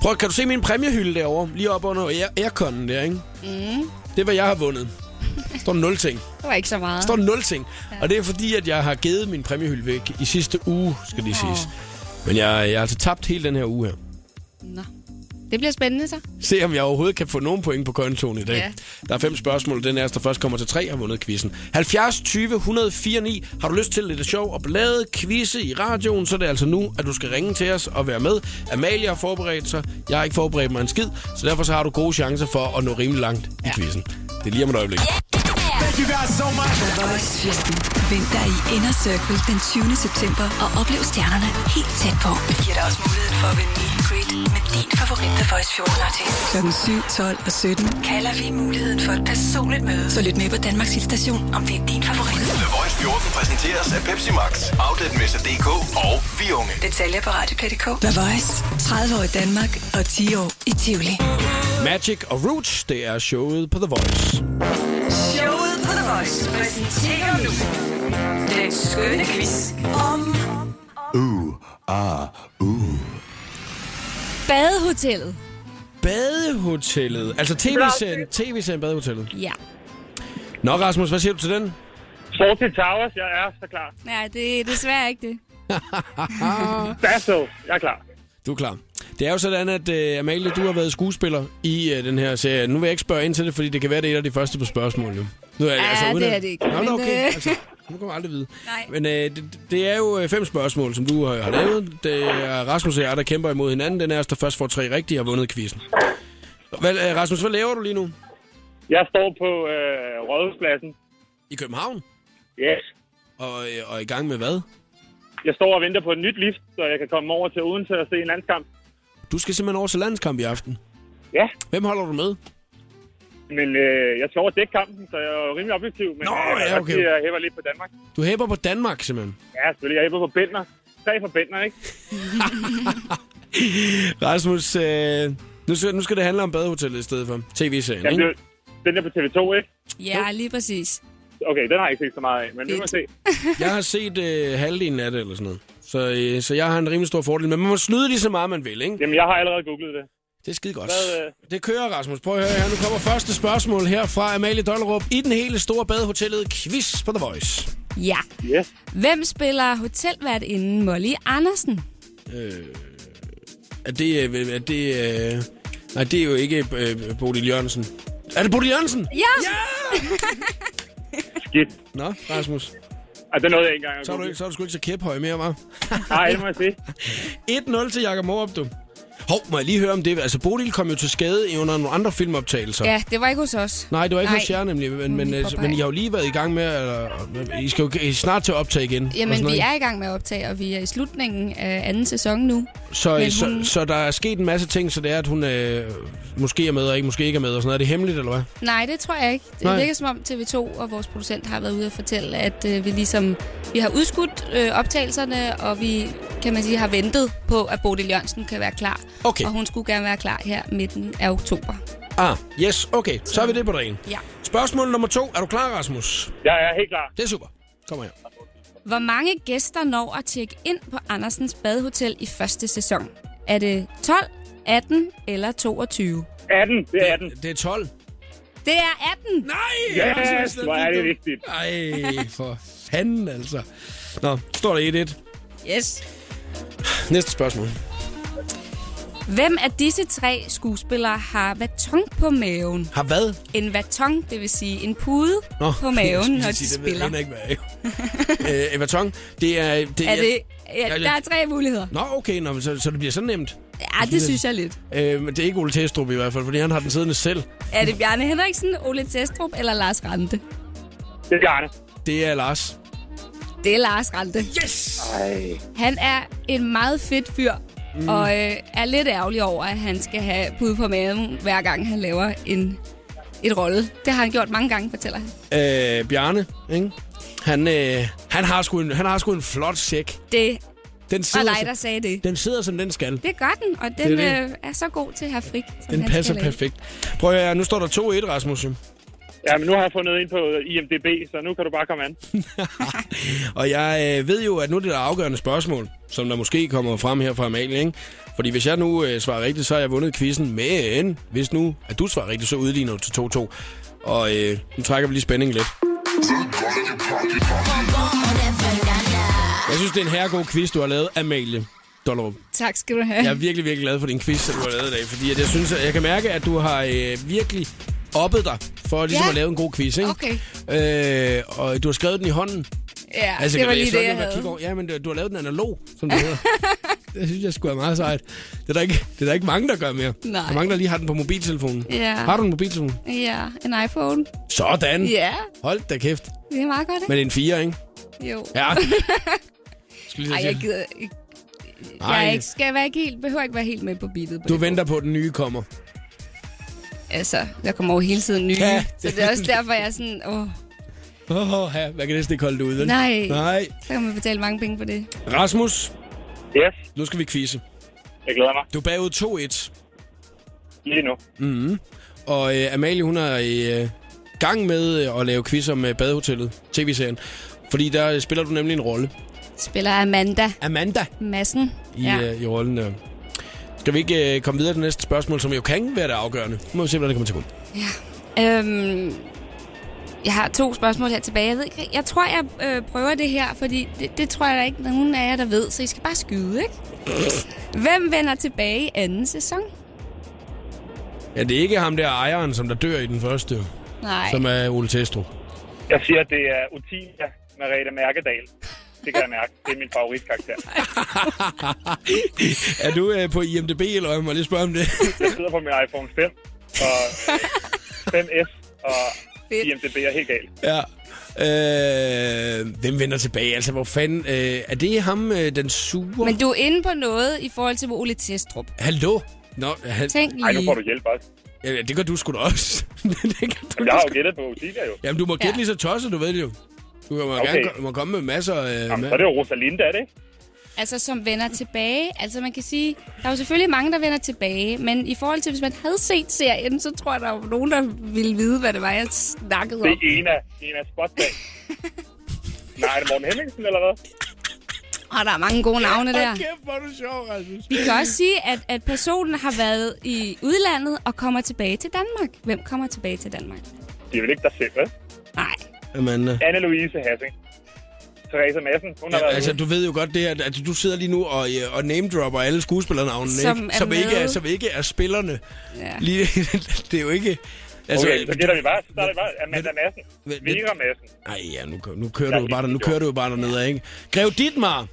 Prøv, kan du se min præmiehylde derovre? Lige op under air- airconen der, ikke?
Mm,
Det er, hvad jeg har vundet. Der står nul ting.
det var ikke så meget.
Der står nul ting. Og det er fordi, at jeg har givet min præmiehylde væk i sidste uge, skal lige
Nå.
siges. Men jeg, jeg har altså tabt hele den her uge her.
Nå. Det bliver spændende så.
Se, om jeg overhovedet kan få nogen point på kontoen i dag.
Ja.
Der er fem spørgsmål. Den er, der først kommer til tre, har vundet quizzen. 70 20 104 9. Har du lyst til lidt sjov og blade quizze i radioen, så er det altså nu, at du skal ringe til os og være med. Amalie har forberedt sig. Jeg har ikke forberedt mig en skid, så derfor så har du gode chancer for at nå rimelig langt ja. i quizzen. Det er lige om et øjeblik.
The Voice-festen. Vent dig i Inner Circle den 20. september og oplev stjernerne helt tæt på. Det giver dig også muligheden for at vinde meet and greet med din favorit The Voice 14 artist. Klokken 7, 12 og 17 kalder vi muligheden for et personligt møde. Så lyt med på Danmarks Station, om det er din favorit.
The Voice 14 præsenteres af Pepsi Max, Outletmesse.dk og Vi Unge.
Detaljer på radioplay.dk. The Voice. 30 år i Danmark og 10 år i Tivoli.
Magic og Roots, det er showet på The Voice.
Showet på The Voice præsenterer nu den skønne quiz om
Uh, ah, uh.
Badehotellet.
Badehotellet. Altså tv-serien tv Badehotellet.
Ja.
Nå, Rasmus, hvad siger du til den?
Fortil Towers, jeg er så klar.
Nej, det er desværre ikke det.
Basso, jeg er klar.
Du er klar. Det er jo sådan, at uh, Amalie, du har været skuespiller i uh, den her serie. Nu vil jeg ikke spørge ind til det, fordi det kan være, det er et af de første på spørgsmålet. Jo. Nu er,
Ja,
uden
det
at-
er det ikke,
Nå, men,
men,
okay.
øh,
Altså, nu kan man aldrig vide.
Nej.
Men uh, det, det er jo øh, fem spørgsmål, som du har, har lavet. Det er Rasmus og jeg, der kæmper imod hinanden. Den er os, der først får tre rigtige, har vundet quizzen. Hvad, øh, Rasmus, hvad laver du lige nu?
Jeg står på øh, Rådhuspladsen.
I København?
Yes.
Og, øh, og i gang med hvad?
Jeg står og venter på et nyt lift, så jeg kan komme over til Odense og se en landskamp.
Du skal simpelthen over til landskamp i aften.
Ja,
Hvem holder du med?
men øh, jeg skal over og dække kampen, så jeg er jo rimelig objektiv. Men
Nå,
øh, jeg, kan
ja,
godt
okay.
sige, at jeg hæver lidt på Danmark.
Du hæber på Danmark, simpelthen.
Ja, selvfølgelig. Jeg hæver på Bender. Tre for Bender, ikke?
Rasmus, øh, nu, skal, nu skal det handle om badehotellet i stedet for tv-serien,
Jeg
ikke?
blev, den der på TV2, ikke?
Ja, lige præcis.
Okay, den har jeg ikke set så meget af, men det må
Fedt.
jeg se.
Jeg har set øh, halvdelen af det eller sådan noget. Så, øh, så jeg har en rimelig stor fordel. Men man må snyde lige så meget, man vil, ikke?
Jamen, jeg har allerede googlet det.
Det er skide godt.
Hvad, øh?
Det kører, Rasmus. Prøv at høre her. Nu kommer første spørgsmål her fra Amalie Dollerup i den hele store badehotellet Quiz på The Voice.
Ja.
Yes.
Hvem spiller hotelværtinden Molly Andersen?
Øh, er det... Øh, er det øh, nej, det er jo ikke øh, Bodil Jørgensen. Er det Bodil Jørgensen?
Ja!
Skidt.
Nå, Rasmus.
Ej, det nåede jeg ikke engang. at
Så er du,
google.
ikke, så er du sgu ikke så kæphøj mere, var?
Nej, det må jeg se.
1-0 til Jakob Morup, du. Hov, må jeg lige høre om det? Altså, Bodil kom jo til skade i under nogle andre filmoptagelser.
Ja, det var ikke hos os.
Nej, det var ikke
Nej.
hos jer nemlig, men,
Hun
men,
lige
øh,
på
men
vej.
I har jo lige været i gang med, eller, I skal jo I er snart til at optage igen. og sådan
Jamen, vi
noget,
er i gang med at optage, og vi er i slutningen af anden sæson nu.
ikke? Så,
men
så,
hun-
så der er sket en masse ting, så det er, at hun øh, måske er med og ikke, måske ikke er med og sådan noget. Er det hemmeligt, eller hvad?
Nej, det tror jeg ikke. Det
Nej.
Nej. virker som om TV2 og vores producent har været ude og fortælle, at øh, vi ligesom vi har udskudt øh, optagelserne, og vi kan man sige har ventet på, at Bodil Jørgensen kan være klar.
Okay.
Og hun skulle gerne være klar her midten af oktober.
Ah, yes, okay. Så er vi det på dagen.
Ja.
Spørgsmål nummer to. Er du klar, Rasmus?
Jeg er helt klar.
Det er super. Kom her.
Hvor mange gæster når at tjekke ind på Andersens Badehotel i første sæson? Er det 12, 18 eller 22?
18, det er 18.
Det er 12.
Det er 18! Nej!
Yes, hvor er det vigtigt.
Ej, for fanden altså. Nå, står der 1-1.
Yes.
Næste spørgsmål.
Hvem af disse tre skuespillere har vaton på maven?
Har hvad?
En vaton, det vil sige en pude
Nå,
på maven, når
jeg skulle
de
sige, det ved
spiller.
jeg ikke, hvad jeg er. øh, Everton, det er... Det
Er det, ja,
jeg-
der er tre muligheder.
Nå, okay, nå, men så, så det bliver så nemt.
Ja, det synes jeg lidt.
Øh, men det er ikke Ole Testrup i hvert fald, fordi han har den siddende selv.
Er det Bjarne Henriksen, Ole Testrup eller Lars Rante?
Det er Bjarne. Det er Lars.
Det er Lars Rante. Yes!
Ej.
Han er en meget fedt fyr,
Mm.
mm. og øh, er lidt ærgerlig over, at han skal have pude på maven, hver gang han laver en, et rolle. Det har han gjort mange gange, fortæller han.
Øh, Bjarne, ikke? Han, øh, han, har sgu en, han har sgu en flot sæk.
Det
Den
var
sidder,
dig, der sagde det.
den sidder, som den skal.
Det gør den, og den
Det er det.
Øh, er så god til at have frik. som
Den
han
passer
skal lave.
perfekt. Prøv at høre, nu står der 2-1, Rasmus. jo.
Ja, men nu har jeg fundet ind på IMDB, så nu kan du bare komme an.
Og jeg øh, ved jo, at nu er det der afgørende spørgsmål, som der måske kommer frem her fra Amalie, ikke? Fordi hvis jeg nu øh, svarer rigtigt, så har jeg vundet quizzen. Men hvis nu, at du svarer rigtigt, så udligner du til 2-2. Og øh, nu trækker vi lige spændingen lidt. Jeg synes, det er en herregod quiz, du har lavet, Amalie Dollerup.
Tak skal du have.
Jeg er virkelig, virkelig glad for din quiz, som du har lavet i dag. Fordi at jeg synes, at jeg kan mærke, at du har øh, virkelig oppet dig for ligesom
Ja.
at lave en god quiz, ikke?
Okay.
Øh, og du har skrevet den i hånden.
Ja,
Altså,
det var
kan
lige
læse
det,
op,
jeg
når man kigger
havde.
over. Ja, men du du har lavet den analog, som det hedder. det synes jeg skulle er meget sejt. Det er, der ikke, det er der ikke mange, der gør mere.
Nej.
Der er mange, der lige har den på mobiltelefonen.
Ja.
Har du en mobiltelefon?
Ja, en iPhone.
Sådan.
Ja,
Hold da kæft.
det er meget godt, ikke?
Men en 4, ikke?
Jo.
Ja. Skal
Ej,
lige
jeg
Ej,
gider ikke.
Ej.
Jeg er ikke, skal være ikke helt, behøver ikke være helt med på beatet. På
du
det.
venter på, at den nye kommer.
Altså, der kommer jo hele tiden nye.
Ja.
Ja. Så det er også derfor, jeg er sådan, åh,
Åh, oh, ja. Hvad kan næsten ikke holde det ud, vel?
nej.
Nej.
Så kan man betale mange penge for det.
Rasmus.
Yes.
Nu skal vi quizze.
Jeg glæder mig.
Du er bagud 2-1.
Lige nu.
Mm-hmm. Og øh, Amalie, hun er i øh, gang med øh, at lave quiz om øh, Badehotellet, tv-serien. Fordi der øh, spiller du nemlig en rolle
Spiller Amanda.
Amanda.
Massen.
i, ja. øh, i rollen. Øh. Skal vi ikke øh, komme videre til næste spørgsmål, som jo kan være det afgørende? Nu må vi se, hvordan det kommer til at gå.
Øhm, jeg har to spørgsmål her tilbage. Jeg, ved ikke, jeg tror, jeg øh, prøver det her, fordi det, det tror jeg der ikke nogen af jer, der ved. Så I skal bare skyde, ikke? Hvem vender tilbage i anden sæson?
Ja, det er ikke ham der ejeren, som der dør i den første,
Nej.
som er Ole Testrup.
Jeg siger, at det er Utilia Merete Mærkedal. Det kan jeg mærke. Det er min favoritkarakter.
er du øh, på IMDB, eller hvad? må jeg lige spørge om det?
Jeg sidder på min iPhone 5 og 5S, og IMDB er helt galt.
ja. Øh, hvem vender tilbage? Altså, hvor fanden... Øh, er det ham, øh, den sure?
Men du er inde på noget i forhold til Ole Testrup.
Hallo? Nå, han...
Tænk Ej, nu lige. får du
hjælp også.
Ja, det gør du sgu da også.
Jamen, jeg har jo gættet på Utilia jo.
Jamen, du må gætte ja. lige så tosset, du ved det jo. Du kan- må okay.
Okay.
gerne ko- må komme med masser af... Øh,
Jamen, så er det jo Rosalinda, er det ikke?
Altså, som vender tilbage. Altså, man kan sige, der er jo selvfølgelig mange, der vender tilbage, men i forhold til, hvis man havde set serien, så tror jeg, der var nogen, der ville vide, hvad det var, jeg snakkede
Det
om.
er Ena, Ena Spotdag. Nej, er det Morten Hemmingsen, eller hvad?
Og der er mange gode navne der.
Hold kæft, hvor er du sjov, Rasmus.
Vi kan også sige, at, at personen har været i udlandet og kommer tilbage til Danmark. Hvem kommer tilbage til Danmark?
Det er vel ikke dig selv, vel?
Nej.
Amanda.
Anne-Louise Hassing. Therese Madsen, hun har
Ja,
været
altså, du ved jo godt det her, at du sidder lige nu og, øh, og name-dropper alle skuespillernavnene,
Som
ikke?
er
som, ikke er,
med.
som ikke er spillerne.
Ja.
Lige, det er jo ikke...
Altså, okay, så gætter vi bare. Så er det bare Amanda Madsen. Vera Madsen.
Nej, ja, nu, kø- nu kører du jo bare, der- nu kører du jo bare dernede, ikke? Grev Dietmar!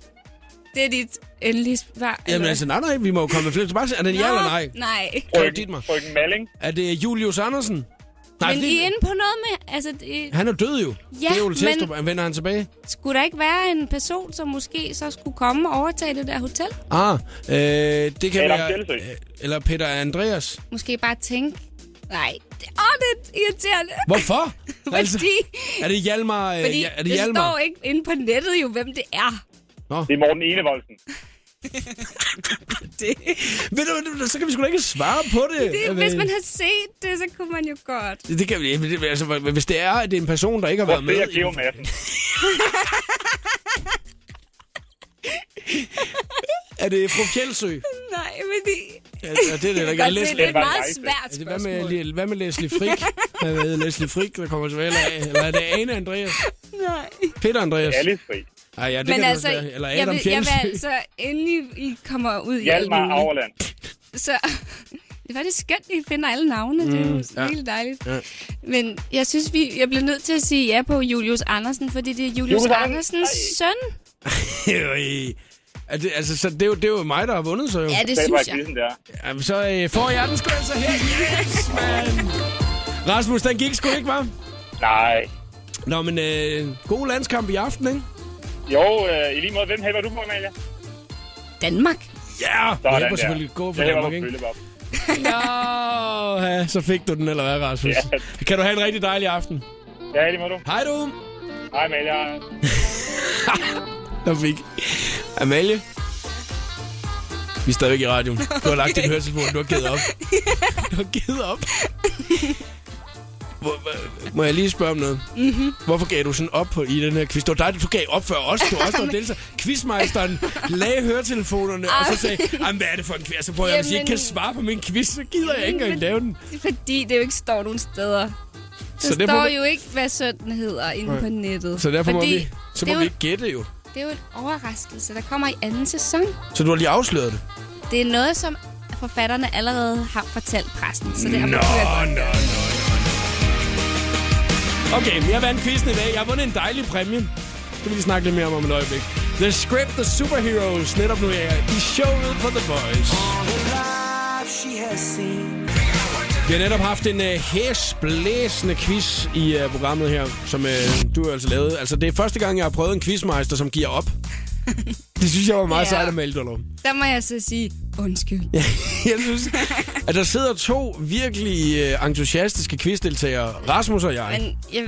Det er dit endelige svar.
Jamen
eller?
altså, nej, nej, vi må jo komme med flere tilbage. Er det en ja eller nej?
Nå, Nej.
Grev Dietmar.
Frøken Malling.
Er det Julius Andersen? Nej,
men
det-
I er inde på noget med... Altså, det,
han er død jo.
Ja,
det er Ole
men-
Testrup, men... vender han tilbage?
skulle der ikke være en person, som måske så skulle komme og overtage det der hotel?
Ah, øh, det kan
Adam
være...
Kjelsø.
øh, Eller Peter Andreas.
Måske bare tænke... Nej. det- Åh, oh, det er irriterende.
Hvorfor? Altså,
Fordi-
er det Hjalmar? øh,
Fordi
ja, er det
det
Hjalmar?
står ikke inde på nettet jo, hvem det er.
Nå.
Det er Morten Enevoldsen.
Ved du, hvad, så kan vi sgu da ikke svare på det.
det hvis man har set det, så kunne man jo godt.
Det kan, vi- det, altså, hvis det er, at det er en person, der ikke har
Hvor
været med...
ser Geo Madsen?
Er det fru Kjeldsø?
Nej, men det...
Altså, det er det, der ikke er
godt se,
Leslie-
det er et meget svært
Altså, Hvad med, hvad med Leslie Frick? Hvad hedder Leslie Frick, der kommer tilbage? Eller, eller er det Ane Andreas?
Nej.
Peter Andreas?
Det er Alice Frick.
Ej, ja, det Men kan altså, du også være. Eller
jeg,
Adam
vil, jeg vil
Jensen.
altså, endelig I kommer ud i alt
Hjalmar
muligt.
Auerland.
Så det var det skønt, at I finder alle navne. Mm, det er
Mm,
jo
ja.
ja. helt dejligt.
Ja.
Men jeg synes, vi, jeg bliver nødt til at sige ja på Julius Andersen, fordi det er Julius,
Julius
Julius
Andersen?
Andersens søn.
Øj. Er det, altså, så det er, jo, det er jo mig, der har vundet, så jo.
Ja, det Det er synes bare jeg.
quizzen, det
er. Jamen, så øh, får jeg den sgu altså her. Yes, man. Rasmus, den gik sgu ikke, var?
Nej.
Nå, men øh, god landskamp i aften, ikke?
Jo, øh, i lige måde, hvem hæver du på, Amalie?
Danmark.
Ja, yeah!
Sådan
jeg må
der.
selvfølgelig gå for
Jeg hæver
Danmark,
på
ikke?
Bøllebop.
Nå, ja, så fik du den, eller hvad, Rasmus?
Ja.
Kan du have en rigtig dejlig aften?
Ja, i lige måde du.
Hej du.
Hej, Amalie.
Der fik Amalie. Vi er stadigvæk i radioen. Du har lagt din høretelefon, du har givet op. Du har givet op. Hvor- hva- Må jeg lige spørge om noget?
Mhm.
Hvorfor gav du sådan op på, i den her quiz? Det var dig, du gav op før os. Du var også der var deltager. Quizmeisteren lagde høretelefonerne, og så sagde, "Jamen, hvad er det for en quiz? Så prøver jeg, hvis I ikke
Ah. Jamen.
kan svare på min quiz, så gider jeg ikke engang lave den.
Det er fordi, det jo ikke står nogen steder. Det,
Så
så
det
det står
må-
jo ikke, hvad sønnen hedder inde
Nej.
på nettet.
Så derfor må
fordi
vi, så
det,
må
er
vi
jo,
ikke gætte jo.
det er jo en overraskelse, der kommer i anden sæson.
Så du har lige afsløret det?
Det er noget, som forfatterne allerede har fortalt pressen. Så derfor
Nå,
kunne jeg godt-
nå, nå, nå. Okay, men jeg vandt quizzen i dag. Jeg har vundet en dejlig præmie. Det vil vi snakke lidt mere om om et øjeblik. The Script, The Superheroes, netop nu er i showet på The Voice. Vi har netop haft en øh, hæsblæsende quiz i øh, programmet her, som øh, du har altså lavet. Altså, det er første gang, jeg har prøvet en quizmeister, som giver op. Det synes jeg var meget
Ja.
sejt at melde dig om.
Der må jeg så sige, undskyld.
Jeg synes, at der sidder to virkelig øh, entusiastiske quizdeltagere, Rasmus og jeg.
Men jeg,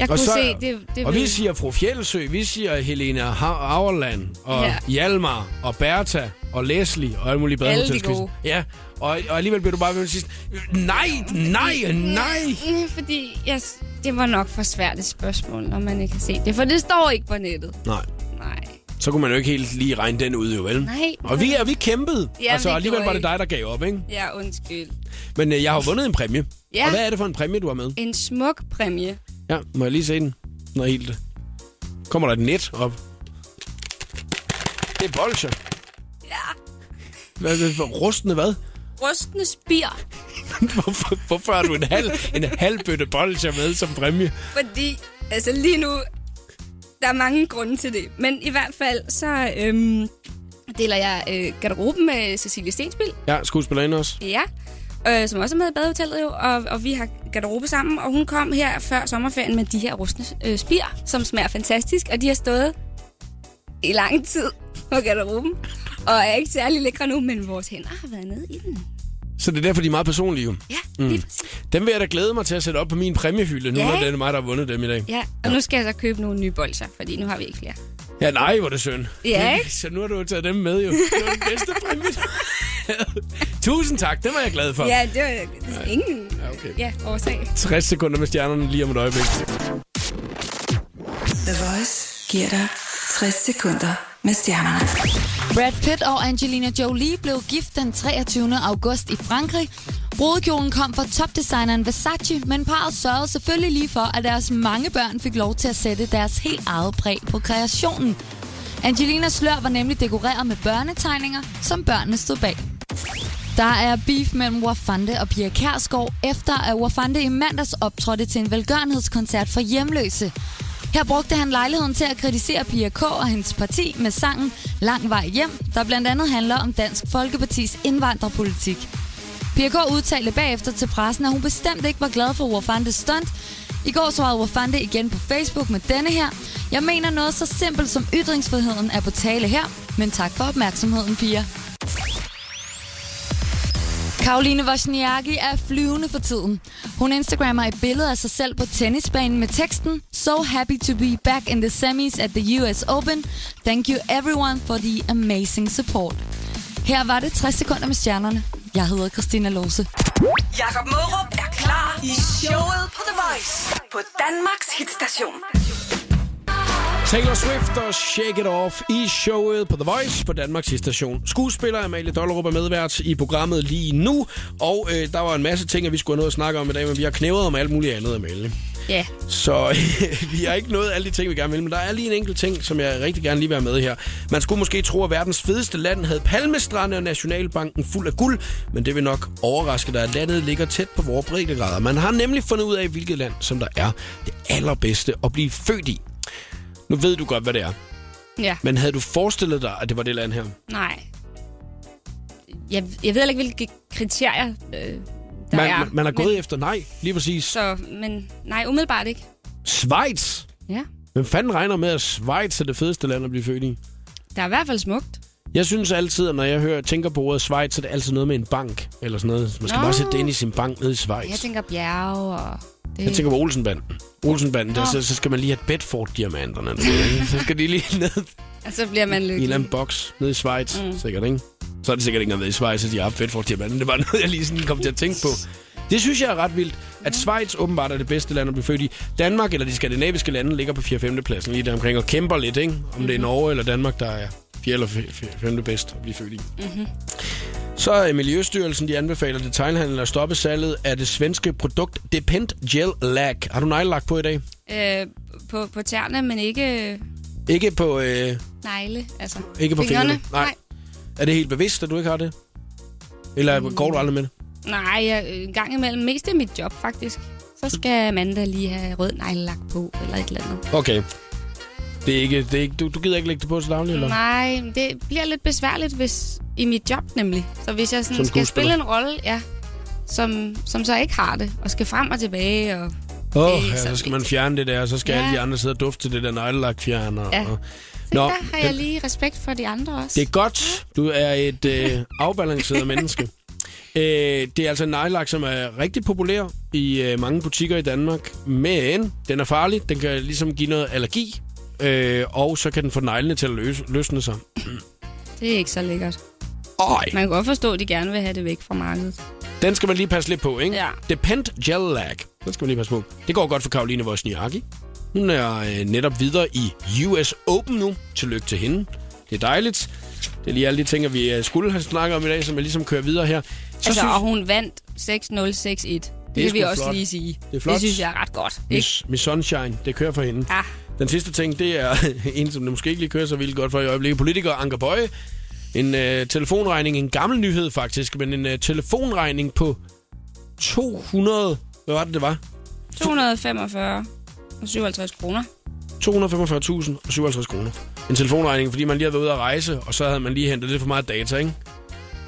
jeg
og
kunne se, det, det
og
blev-
vi siger fru Fjeldsø, vi siger Helena Ha- Auerland, og
Ja.
Hjalmar, og Bertha, og Leslie, og alle mulige bedre
Alle de
hotelskvist.
gode.
Ja, og, og alligevel bliver du bare ved med sidst. Nej, nej, nej!
Mm, Fordi jeg, s- det var nok for svært et spørgsmål, når man ikke kan se det. For det står ikke på nettet.
Nej,
Nej.
så kunne man jo ikke helt lige regne den ud, jo vel?
Nej.
Og vi, er, vi kæmpede,
Ja,
altså
vi
alligevel
gjorde
var det
ikke.
dig, der gav op, ikke?
Ja, undskyld.
Men øh, jeg har jo vundet en præmie.
Ja.
Og hvad er det for en præmie, du har med?
En smuk præmie.
Ja, må jeg lige se den? Når helt... Kommer der et net op? Det er bolcher.
Ja.
Hvad, hvad, for rustende hvad?
Rustende spir.
hvorfor, hvorfor har du en halv, en halv bøtte bolcher med som præmie?
Fordi, altså lige nu, der er mange grunde til det. Men i hvert fald, så øhm, deler jeg øh, garderoben med Cecilie Stensbil.
Ja, skuespillerinde også.
Ja, øh, som også er med i badehotellet jo, og, og vi har garderobe sammen, og hun kom her før sommerferien med de her rustne øh, spir, som smager fantastisk, og de har stået i lang tid på garderoben, og er ikke særlig lækre nu, men vores hænder har været nede i den.
Så det er derfor, de er meget personlige. jo.
Ja, lige præcis.
Dem vil jeg da glæde mig til at sætte op på min præmiehylde, nu
Ja,
når
ikke?
det er mig, der har vundet dem i dag.
Ja, og nu skal jeg så købe nogle nye bolser, fordi nu har vi ikke flere.
Ja, nej, hvor er det synd.
Ja,
Men-
ikke?
Så nu har du jo taget dem med, jo. Det var den bedste præmie, du havde. Tusind tak, det var jeg glad for.
Ja, det var ingen
Ja, okay.
ja, årsag.
60 sekunder med stjernerne lige om et øjeblik.
The Voice giver dig 60 sekunder med stjernerne.
Brad Pitt og Angelina Jolie blev gift den 23. august i Frankrig. Brudekjolen kom fra topdesigneren Versace, men parret sørgede selvfølgelig lige for, at deres mange børn fik lov til at sætte deres helt eget præg på kreationen. Angelinas slør var nemlig dekoreret med børnetegninger, som børnene stod bag. Der er beef mellem Wafande og Pia Kærsgaard, efter at Wafande i mandags optrådte til en velgørenhedskoncert for hjemløse. Her brugte han lejligheden til at kritisere Pia K. og hendes parti med sangen Lang vej hjem, der blandt andet handler om Dansk Folkepartis indvandrerpolitik. Pia K. udtalte bagefter til pressen, at hun bestemt ikke var glad for Wafandes stunt. I går svarede Wafande igen på Facebook med denne her. Jeg mener noget så simpelt som ytringsfriheden er på tale her, men tak for opmærksomheden, Pia. Karoline Wozniacki er flyvende for tiden. Hun instagrammer et billede af sig selv på tennisbanen med teksten So happy to be back in the semis at the US Open. Thank you everyone for the amazing support. Her var det 60 sekunder med stjernerne. Jeg hedder Christina Lose.
Jakob Mørup er klar i showet på The Voice på Danmarks hitstation.
Taylor Swift og Shake It Off i showet på The Voice på Danmarks station. Skuespiller Amalie Dollerup er medvært i programmet lige nu, og øh, der var en masse ting, at vi skulle have noget at snakke om i dag, men vi har knævet om alt muligt andet, Amalie.
Ja.
Så vi har ikke nået alle de ting, vi gerne vil, men der er lige en enkelt ting, som jeg rigtig gerne lige vil have med her. Man skulle måske tro, at verdens fedeste land havde palmestrande og Nationalbanken fuld af guld, men det vil nok overraske dig, at landet ligger tæt på vores breddegrader. Man har nemlig fundet ud af, hvilket land, som der er det allerbedste at blive født i. Nu ved du godt, hvad det er.
Ja.
Men havde du forestillet dig, at det var det land her?
Nej. Jeg, jeg ved heller ikke, hvilke kriterier øh, der
man,
er.
man, man er gået
men,
efter nej, lige præcis.
Så, men nej, umiddelbart ikke.
Schweiz!
Ja.
Hvem fanden regner med, at Schweiz er det fedeste land at blive født i?
Der er i hvert fald smukt.
Jeg synes altid, at når jeg hører, tænker på ordet Schweiz, så er det altid noget med en bank eller sådan noget. Man skal
Nå.
bare sætte det ind i sin bank nede i Schweiz.
Jeg tænker bjerge og... Det...
Jeg tænker på Olsenbanden. Olsenbanden, der,
Nå.
så, så skal man lige have Bedford-diamanterne. du ved, ikke? Så skal de lige ned
Og så bliver man
i en
lykkelig.
eller anden boks nede i Schweiz,
Mm.
mm. sikkert, ikke? Så er det sikkert ikke engang ved i Schweiz, at de har haft Bedford-diamanten. Det var noget, jeg lige sådan kom til at tænke på. Det synes jeg er ret vildt, at Schweiz åbenbart er det bedste land at blive født i. Danmark eller de skandinaviske lande ligger på 4. 5. pladsen lige deromkring og kæmper lidt, ikke? Om det er Norge eller Danmark, der er 4. eller 5. bedst at blive født i.
Mm-hmm.
Så er Miljøstyrelsen, de anbefaler detailhandlere at stoppe salget af det svenske produkt Depend Gel Lack. Har du neglelak på i dag?
Øh, på, på tæerne, men ikke øh,
Ikke på, øh,
negle. Altså,
ikke på fingrene?
Nej. Nej.
Er det helt bevidst, at du ikke har det? Eller mm. går du aldrig med det?
Nej, jeg, øh, en gang imellem. Mest i mit job, faktisk. Så skal Amanda lige have rød neglelak på, eller et eller andet.
Okay. Det er ikke, det er ikke, du, du gider ikke lægge det på til daglig, eller?
Nej, det bliver lidt besværligt hvis, i mit job nemlig. Så hvis jeg sådan
Som
skal
skuespiller.
spille en rolle, ja, som, som så ikke har det, og skal frem og tilbage. Og,
Åh,
Det
oh,
er
ja, så skal man fjerne det der, og så skal
Ja.
ja. alle de andre sidde og dufte til det der neglelakfjerner.
Ja.
Og...
så Nå, der har jeg lige respekt for de andre også.
Det er godt. Du er et øh, afbalanceret menneske. Øh, det er altså en nejlak, som er rigtig populær i øh, mange butikker i Danmark. Men den er farlig. Den kan ligesom give noget allergi. Øh, og så kan den få neglene til at løs, løsne sig.
Det er ikke så lækkert.
Oj.
Man kan godt forstå, at de gerne vil have det væk fra markedet.
Den skal man lige passe lidt på, ikke?
Ja.
Depend Gel Lack. Den skal man lige passe på. Det går godt for Karoline Wozniacki. Hun er øh, netop videre i US Open nu. Tillykke til hende. Det er dejligt. Det er lige alle de ting, at vi øh, skulle have snakket om i dag, som jeg ligesom kører videre her. Så
altså, synes... og hun vandt 6061. Det,
er
det kan vi
sgu
også
flot.
lige sige.
Det er flot.
Det synes jeg er ret godt. Ikke?
Miss, Miss Sunshine, det kører for hende.
Ah.
Den sidste ting, det er en, som det måske ikke lige kører så vildt godt for i øjeblikket. Politiker Anker Bøje. En øh, telefonregning, en gammel nyhed faktisk, men en øh, telefonregning på 200... Hvad var det, det var?
245 og 57 kroner.
245.057 kroner. En telefonregning, fordi man lige havde været ude at rejse, og så havde man lige hentet lidt for meget data, ikke?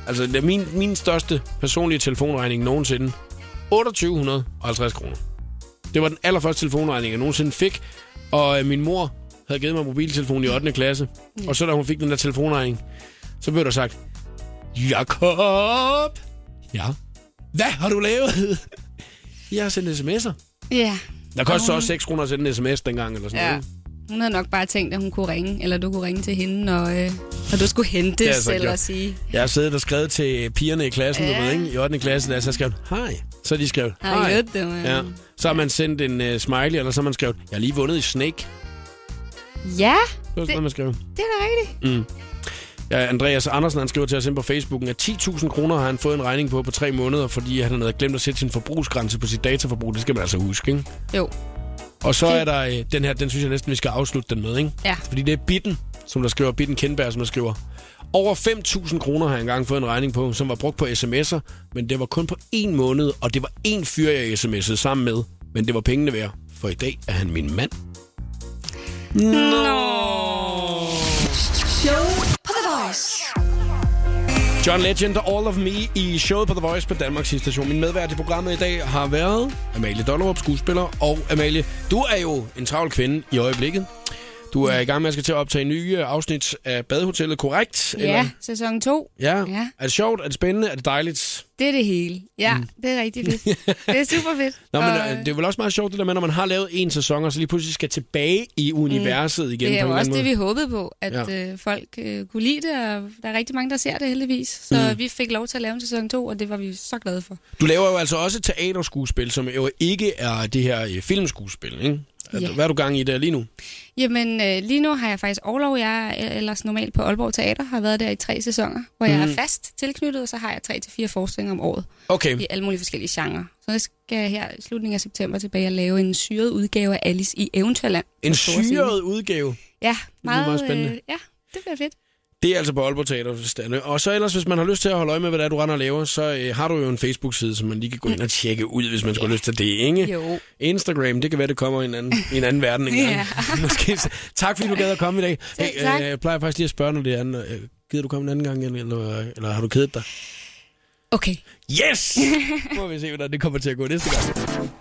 Altså, det er min, min største personlige telefonregning nogensinde. 2850 kroner. Det var den allerførste telefonregning, jeg nogensinde fik, og øh, min mor havde givet mig mobiltelefonen i 8. klasse.
Ja.
Og så da hun fik den der telefonregning, så blev der sagt, Jakob! Ja? Hvad har du lavet? jeg har sendt sms'er.
Ja.
Der kostede så også 6 kroner at sende en sms dengang, eller sådan noget.
Ja.
ikke?
Hun havde nok bare tænkt, at hun kunne ringe, eller du kunne ringe til hende, når, øh, når du skulle
Det altså har jeg
hentes,
så
eller
gjort.
sige.
Jeg har siddet og skrevet til pigerne i klassen, ja.
Ja.
du ved, ikke? i 8. klasse, der så har jeg skrevet, hej. Så har de skrevet,
Har I
hej.
hørt det, man?
Ja. Så har man sendt en uh, smiley, eller så har man skrevet, jeg har lige vundet i Snake.
Ja,
Det var sådan noget, man skrev.
det er da rigtigt.
Mm. Ja, Andreas Andersen, han skriver til os ind på Facebooken, at 10.000 kroner har han fået en regning på på tre måneder, fordi han havde glemt at sætte sin forbrugsgrænse på sit dataforbrug. Det skal man altså huske, ikke?
Jo.
Og så er der øh, den her, den synes jeg næsten, vi skal afslutte den med, ikke?
Ja.
Fordi det er Bitten, som der skriver, Bitten Kendberg, som der skriver, over 5.000 kroner har jeg engang fået en regning på, som var brugt på sms'er, men det var kun på en måned, og det var en fyr, jeg sms'ede sammen med, men det var pengene værd, for i dag er han min mand.
Show på The Voice.
John Legend og All of Me i showet på The Voice på Danmarks station. Min medvært i programmet i dag har været Amalie Dollerup, skuespiller. Og Amalie, du er jo en travl kvinde i øjeblikket. Du er i gang med at skal til at optage nye øh, afsnit af Badehotellet, korrekt?
Ja, sæson 2.
Ja.
Ja.
ja. Er det sjovt? Er det spændende? Er det dejligt?
Det er det hele. Ja, mm. det er rigtig fedt. Det er super fedt.
Nå, men
Og,
øh, det er vel også meget sjovt det der med, når man har lavet en sæson, og så lige pludselig skal tilbage i universet igen.
Mm. det er
på en
jo
eller
også
anden
det,
måde.
vi håbede på, at
Ja.
ja. øh, folk øh, kunne lide det, og der er rigtig mange, der ser det heldigvis. Så
Mm.
mm. vi fik lov til at lave en sæson 2, og det var vi så glade for.
Du laver jo altså også teaterskuespil, som jo ikke er det her øh, filmskuespil, ikke? At,
Ja.
Hvad er du gang i der lige nu?
Jamen, øh, lige nu har jeg faktisk overlov. Jeg er øh, ellers normalt på Aalborg Teater, har været der i tre sæsoner, hvor jeg
Mhm.
er fast tilknyttet, og så har jeg tre til fire forestillinger om året
Okay.
i alle mulige forskellige genrer. Så jeg skal her i slutningen af september tilbage og lave en syret udgave af Alice i Eventyrland.
En
på store scene.
syret udgave.
Ja, meget,
meget spændende.
Øh, ja, det bliver fedt.
Det er altså på Aalborg Teater, Stande. Og så ellers, hvis man har lyst til at holde øje med, hvad det er, du render og laver, så øh, har du jo en Facebook-side, som man lige kan gå ind og tjekke ud, hvis man skulle have lyst til det, ikke?
Jo.
Instagram, det kan være, det kommer i en anden, i en anden verden engang.
Ja.
Måske. så- Tak fordi du gad at komme i dag. Hey,
tak.
øh, jeg plejer faktisk lige at spørge, når det er anden. Øh, gider du komme en anden gang, eller, eller, eller har du kedet dig?
Okay.
Yes! Nu må vi se, hvordan det kommer til at gå næste gang.